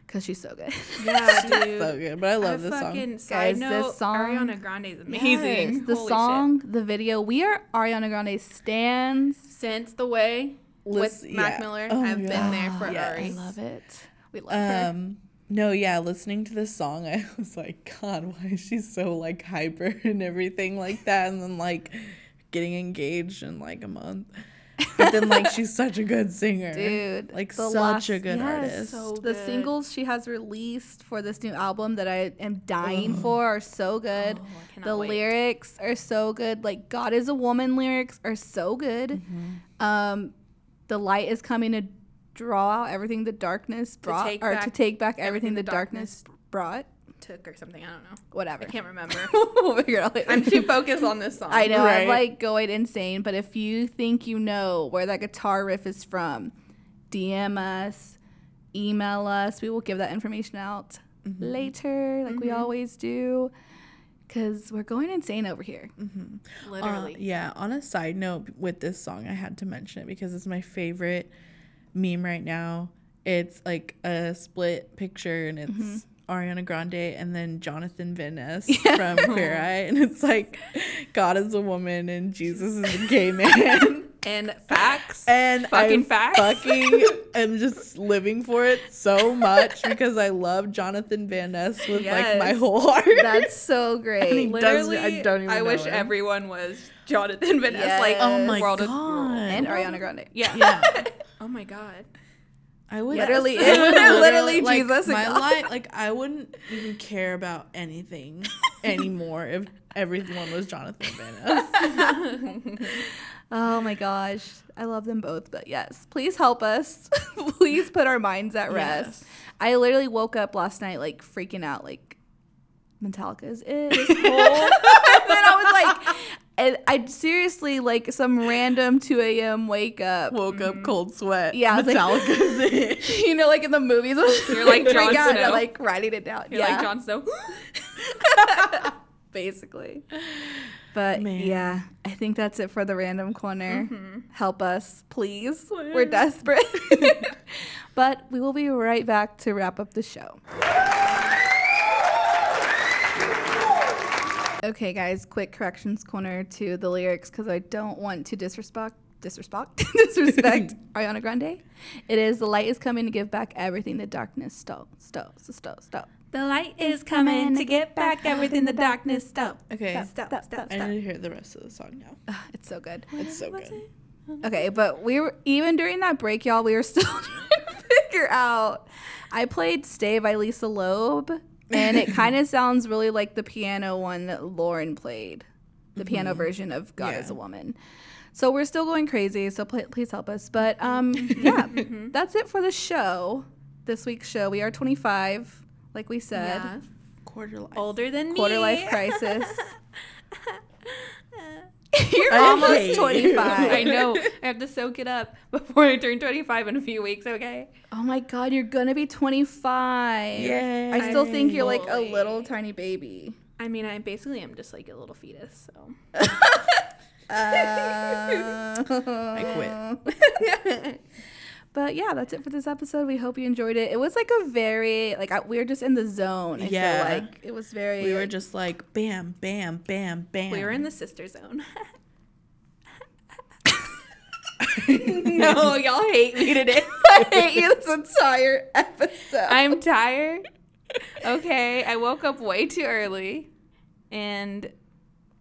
A: because she's so good.
D: yeah, dude.
B: So good, but I love
D: I
B: this song.
D: fucking side
A: Guys,
D: note,
A: this song-
D: Ariana Grande is amazing.
A: Yes, the
D: Holy
A: song, the video. We are Ariana Grande stands.
D: shit. Since the way
B: Lis-
D: with Mac
B: yeah.
D: Miller,
B: Oh my
D: I've been
B: God.
D: there for
B: Yes.
D: Ari.
A: I love it.
D: we love her.
B: Um, no, yeah, listening to this song, I was like, God, why is she so like hyper and everything like that? And then like getting engaged in like a month. But then like she's such a good singer.
A: Dude,
B: Like
A: the
B: such
A: last-
B: a good
A: yes,
B: artist.
D: so
A: The
D: good.
A: singles she has released for this new album that I am dying for are so good.
D: Oh, I cannot
A: the
D: wait.
A: lyrics are so good. Like God is a woman lyrics are so good.
D: Mm-hmm.
A: Um, the light is coming to draw out everything the darkness brought,
D: take
A: or to
D: back
A: take back everything, the darkness, brought.
D: Took or something. I don't know.
A: Whatever.
D: I can't remember.
A: We'll figure it out later.
D: I'm too focused on this song.
A: I know
B: Right.
A: I'm like going insane, but if you think you know where that guitar riff is from, DM us, email us. We will give that information out
D: Mm-hmm.
A: later, like we always do, because we're going insane over here.
B: Uh,
D: Literally.
B: yeah, on a side note with this song, I had to mention it because it's my favorite meme right now. It's like a split picture and it's
D: Mm-hmm.
B: Ariana Grande and then Jonathan Van Ness from Queer Eye. And it's like, God is a woman and Jesus is a gay man.
D: and facts.
B: and
D: Fucking
B: I
D: facts.
B: fucking am just living for it so much because I love Jonathan Van Ness with like my
D: Yes.
B: whole heart.
A: That's so great.
B: does- I
D: Literally, I
B: don't even know
D: wish
B: him.
D: everyone was Jonathan Van Ness.
A: Yes.
D: Like,
A: Oh
B: my
D: world is
B: God.
D: cruel.
A: and Ariana Grande.
D: yeah.
B: yeah.
D: Oh my god.
B: I would
A: Literally,
B: I would
A: literally Jesus and
B: My
A: God.
B: life, like I wouldn't even care about anything anymore if everyone was Jonathan Van Ness.
A: Oh my gosh. I love them both, but yes, please help us. please put our minds at rest. I literally woke up last night like freaking out, like Metallica is it. This whole- and then I was like, and I seriously like some random 2 a.m. wake up.
B: Woke up cold sweat.
A: Mm. Yeah, I was like-
B: Metallica's in.
A: You know, like in the movies,
D: You're like
A: freak
D: Jon
A: out and I'm
D: Snow.
A: like writing it down.
D: You're
A: yeah,
D: like Jon Snow.
A: basically. But
B: Man. Mm-hmm.
A: yeah, I think that's it for the random corner. Help us, please. We're desperate. but we will be right back to wrap up the show. Okay, guys, quick corrections corner to the lyrics because I don't want to disrespect. Disrespect, disrespect Ariana Grande. It is the light is coming to give back everything the darkness stole, stole, stole, stole.
D: the light is coming to get back everything the darkness stop.
B: Okay,
D: Stop,
A: Stop,
D: stop,
A: stop,
D: stop.
B: I need to hear the rest of the song now.
A: It's so good.
B: It's so good.
A: Okay, but we were even during that break, y'all. We were still trying to figure out. I played "Stay" by Lisa Loeb, and it kind of sounds really like the piano one that Lauren played, the piano
D: Mm-hmm.
A: version of "God Is a Woman." So we're still going crazy. So pl- please help us. But um,
D: Mm-hmm.
A: yeah, that's it for the show. This week's show. We are 25, like we said.
D: Yeah.
A: Oh,
B: Quarter life.
D: Older than me.
A: Quarter life crisis. You're
H: I
A: almost
H: hate.
A: 25.
D: I know. I have to soak it up before I turn 25 in a few weeks, okay?
A: Oh my god, you're gonna be 25.
B: Yay.
A: I still think you're like a
D: Holy.
A: little tiny baby.
D: I mean, I basically am just like a little fetus, so.
A: Uh, I quit. but yeah, that's it for this episode. We hope you enjoyed it. It was like a very like I, we were just in the zone. I
B: Yeah.
A: feel like it was very.
B: We were
A: like,
B: just like bam, bam, bam, bam.
D: We were in the sister zone.
B: the
A: Oh,
D: no, y'all hate me today.
A: I hate you this entire episode.
D: I'm tired. Okay, I woke up way too early and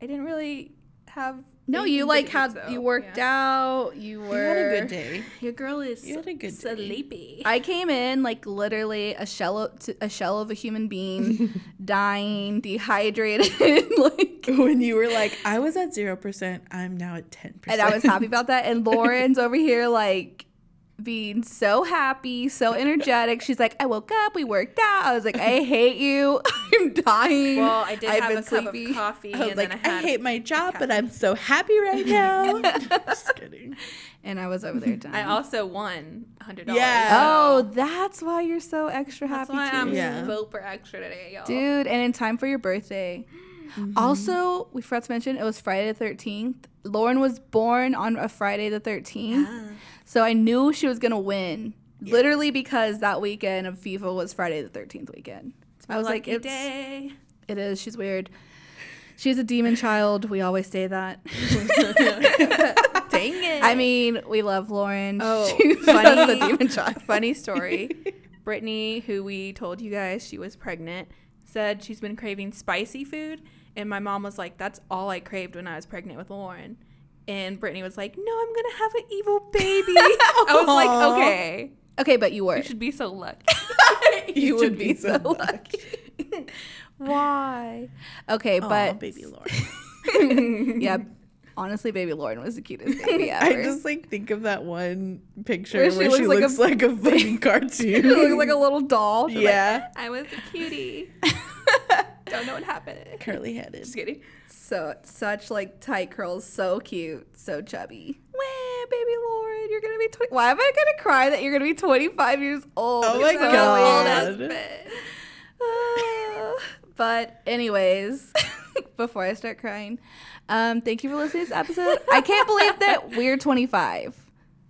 D: I didn't really have.
A: no, you like had you worked out. You were
B: You had a good day.
D: Your girl is
B: You had a good day.
D: sleepy.
A: I came in like literally a shell of, to a shell of a human being, dying, dehydrated, like
B: When you were like, I was at zero percent, I'm now at ten percent.
A: and I was happy about that. And Lauren's over here like being so happy, so energetic. She's like, I woke up, we worked out. I was like, I hate you. I'm dying.
D: well, I did
A: I've
D: have
A: been
D: a
A: sleepy.
D: cup of coffee
B: I was
D: and
B: Oh, like,
D: then
B: I,
D: I had.
B: hate my job, but I'm so happy right now. Just kidding.
A: And I was over there dying.
D: I also won $100.
B: Yeah.
A: oh,
D: so
A: that's why you're so extra
D: that's
A: happy
D: why
A: too.
D: I'm
B: Yeah.
D: super extra today, y'all.
A: Dude, and in time for your birthday. Also, we forgot to mention it was Friday the 13th. Lauren was born on a Friday the 13th. So I knew she was going to win. Literally because that weekend of FIFA was Friday the 13th weekend. I was like,
D: Lucky
A: it's,
D: day.
A: it is. She's weird. She's a demon child. We always say that.
D: Dang it.
A: I mean, we love Lauren.
D: Oh,
A: She's
D: funny-
A: the demon child.
D: funny story. Brittany, who we told you guys she was pregnant, said she's been craving spicy food. And my mom was like, That's all I craved when I was pregnant with Lauren. And Brittany was like, No, I'm going to have an evil baby. I was like,
B: Aw.
D: Okay,
A: Okay, but you were.
D: you should be so lucky.
B: You
A: You
B: should be so
A: lucky. Why? Okay,
B: Aw,
A: but
B: baby Lord.
A: yeah, honestly, baby Lauren was the cutest baby ever.
B: I just like think of that one picture
A: Where
B: where
A: she
B: she,
A: looks
B: looks, like, a, fucking
A: she looks
B: cartoon.
A: like a little doll. She's like,
B: yeah,
D: I was a cutie. Don't know what happened.
B: curly headed.
D: Just kidding.
A: so such like tight curls, so cute, so chubby. Wah, baby Lauren, you're gonna be twenty. Why am I gonna cry that you're gonna be twenty five years old?
B: Oh
A: It's
B: my
A: so
B: God.
A: weird.
D: That's bad.
A: Uh, but anyways, before I start crying, um, thank you for listening to this episode. I can't believe that we're 25. I,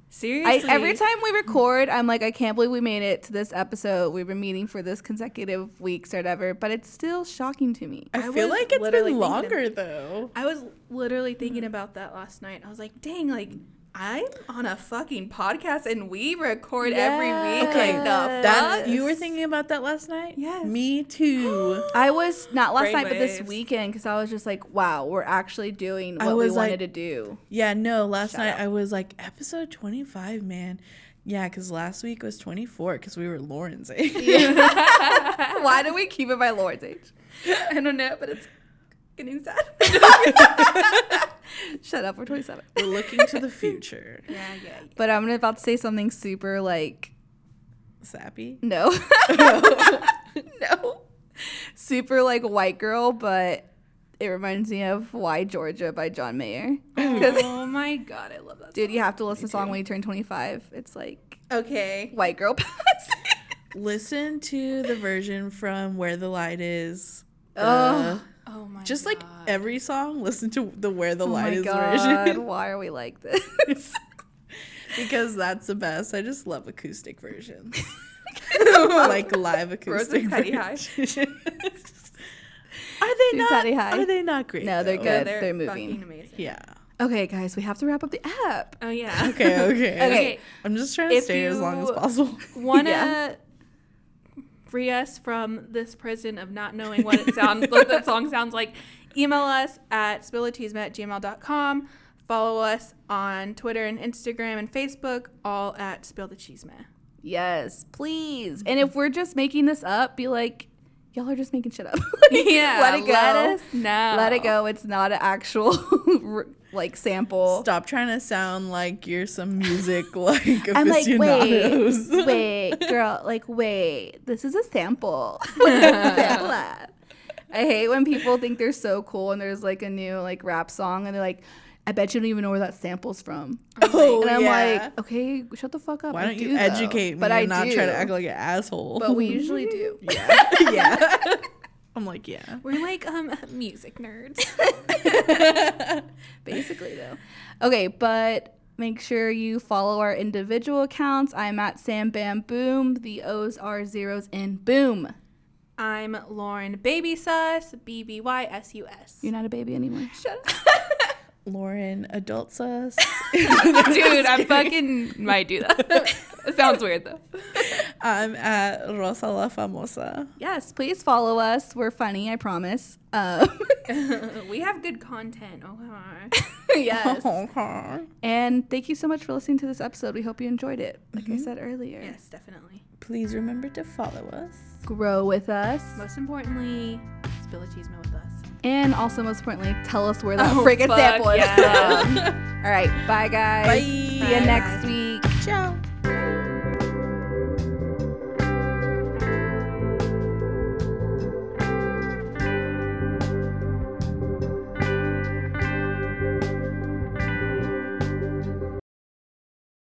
D: Seriously.
A: every time we record, I'm like, I can't believe we made it to this episode. We've been meeting for this consecutive weeks or whatever, but it's still shocking to me.
B: I,
D: I
B: feel
D: was
B: like it's
D: literally
B: been
D: thinking
B: longer though.
D: I was literally thinking about that last night. I was like, dang, like I'm on a fucking podcast and we record every week.
A: Okay,
D: like the
B: That
D: fuck?
B: you were thinking about that last night?
D: Yes.
B: Me too.
A: I was not last
D: Brain
A: night, but this
D: waves.
A: weekend because I was just like, wow, we're actually doing
B: I
A: what we
B: was
A: wanted
B: like-
A: to do.
B: yeah, no, last night I was like episode 25, man. Yeah, cuz last week was 24 cuz we were Lauren's age.
A: Why do we keep it by Lord's age?
D: I don't know, but it's getting sad.
A: Shut up, we're 27.
B: We're looking to the future.
D: yeah, yeah.
A: But I'm about to say something super like
B: Sappy.
A: No. no. Super like white girl, but it reminds me of Why Georgia by John Mayer.
D: Oh my god, I love that.
A: Dude, you have to listen to the song when you turn 25. It's like
D: song. Okay.
A: white girl pass.
B: Listen to the version from Where the Light Is. Uh,
A: Ugh.
D: Oh my.
B: Just like every song, listen to the Where the
A: oh
B: Light
A: my
B: Is
A: god.
B: version
A: Why are we like this?
B: because that's the best. I just love acoustic versions. like live
D: Rose
B: acoustic
D: and Teddy High.
B: versions. Are they
A: She's
B: not?
A: Teddy High.
B: Are they not great?
A: No, they're
B: though?
A: good. they're moving.
D: fucking amazing.
B: Yeah.
A: okay, guys, we have to wrap up the app.
D: Oh yeah.
B: Okay. Okay.
A: Okay.
B: I'm just trying to
D: If
B: stay as long as
D: you-
B: possible.
D: Wanna
A: Yeah.
D: free us from this prison of not knowing what it sounds what that song sounds like? Email us at spillateasement at gmail.com. Follow us on Twitter and Instagram and Facebook, all at Spill the Cheese Man.
A: Yes, please. And if we're just making this up, be like, y'all are just making shit up. Let it go.
D: Let us know.
A: Let
B: uh,
A: it go. It's not an actual r- like sample.
B: Stop trying to sound like you're some music like
A: I'm like,
B: aficionados.
A: wait, wait, girl, like, wait, this is a sample. What is a sample at? I hate when people think they're so cool and there's like a new like rap song and they're like, I bet you don't even know where that sample's from.
B: Oh,
A: and I'm
B: yeah.
A: like, okay, shut the fuck up.
B: why
A: I
B: don't
A: do,
B: you
A: though.
B: educate me
A: But I
B: and not
A: do.
B: try to act like an asshole?
A: But we usually do.
B: yeah, yeah. I'm like, yeah.
D: We're like um music nerds.
A: basically though. Okay, but make sure you follow our individual accounts. I'm at Sam Bam Boom. The O's are zeros in Boom.
D: I'm Lauren Baby Sus, B B Y S U S.
A: You're not a baby anymore. Shut up.
B: Lauren adults us.
D: Dude, I fucking might do that. it sounds weird though.
B: I'm at Rosa La Famosa.
A: Yes, please follow us. We're funny, I promise. Um,
D: we have good content. oh, Okay.
A: yes.
B: Okay.
A: And thank you so much for listening to this episode. We hope you enjoyed it. Like I said earlier,
D: Mm-hmm. Yes, definitely.
B: Please remember to follow us.
A: grow with us.
D: Most importantly, spill a cheese with us.
A: And also, most importantly, tell us where that
D: Oh,
A: friggin'
D: fuck
A: sample is
D: yeah.
A: from. All right. Bye, guys.
B: Bye.
A: See you next week.
B: Ciao.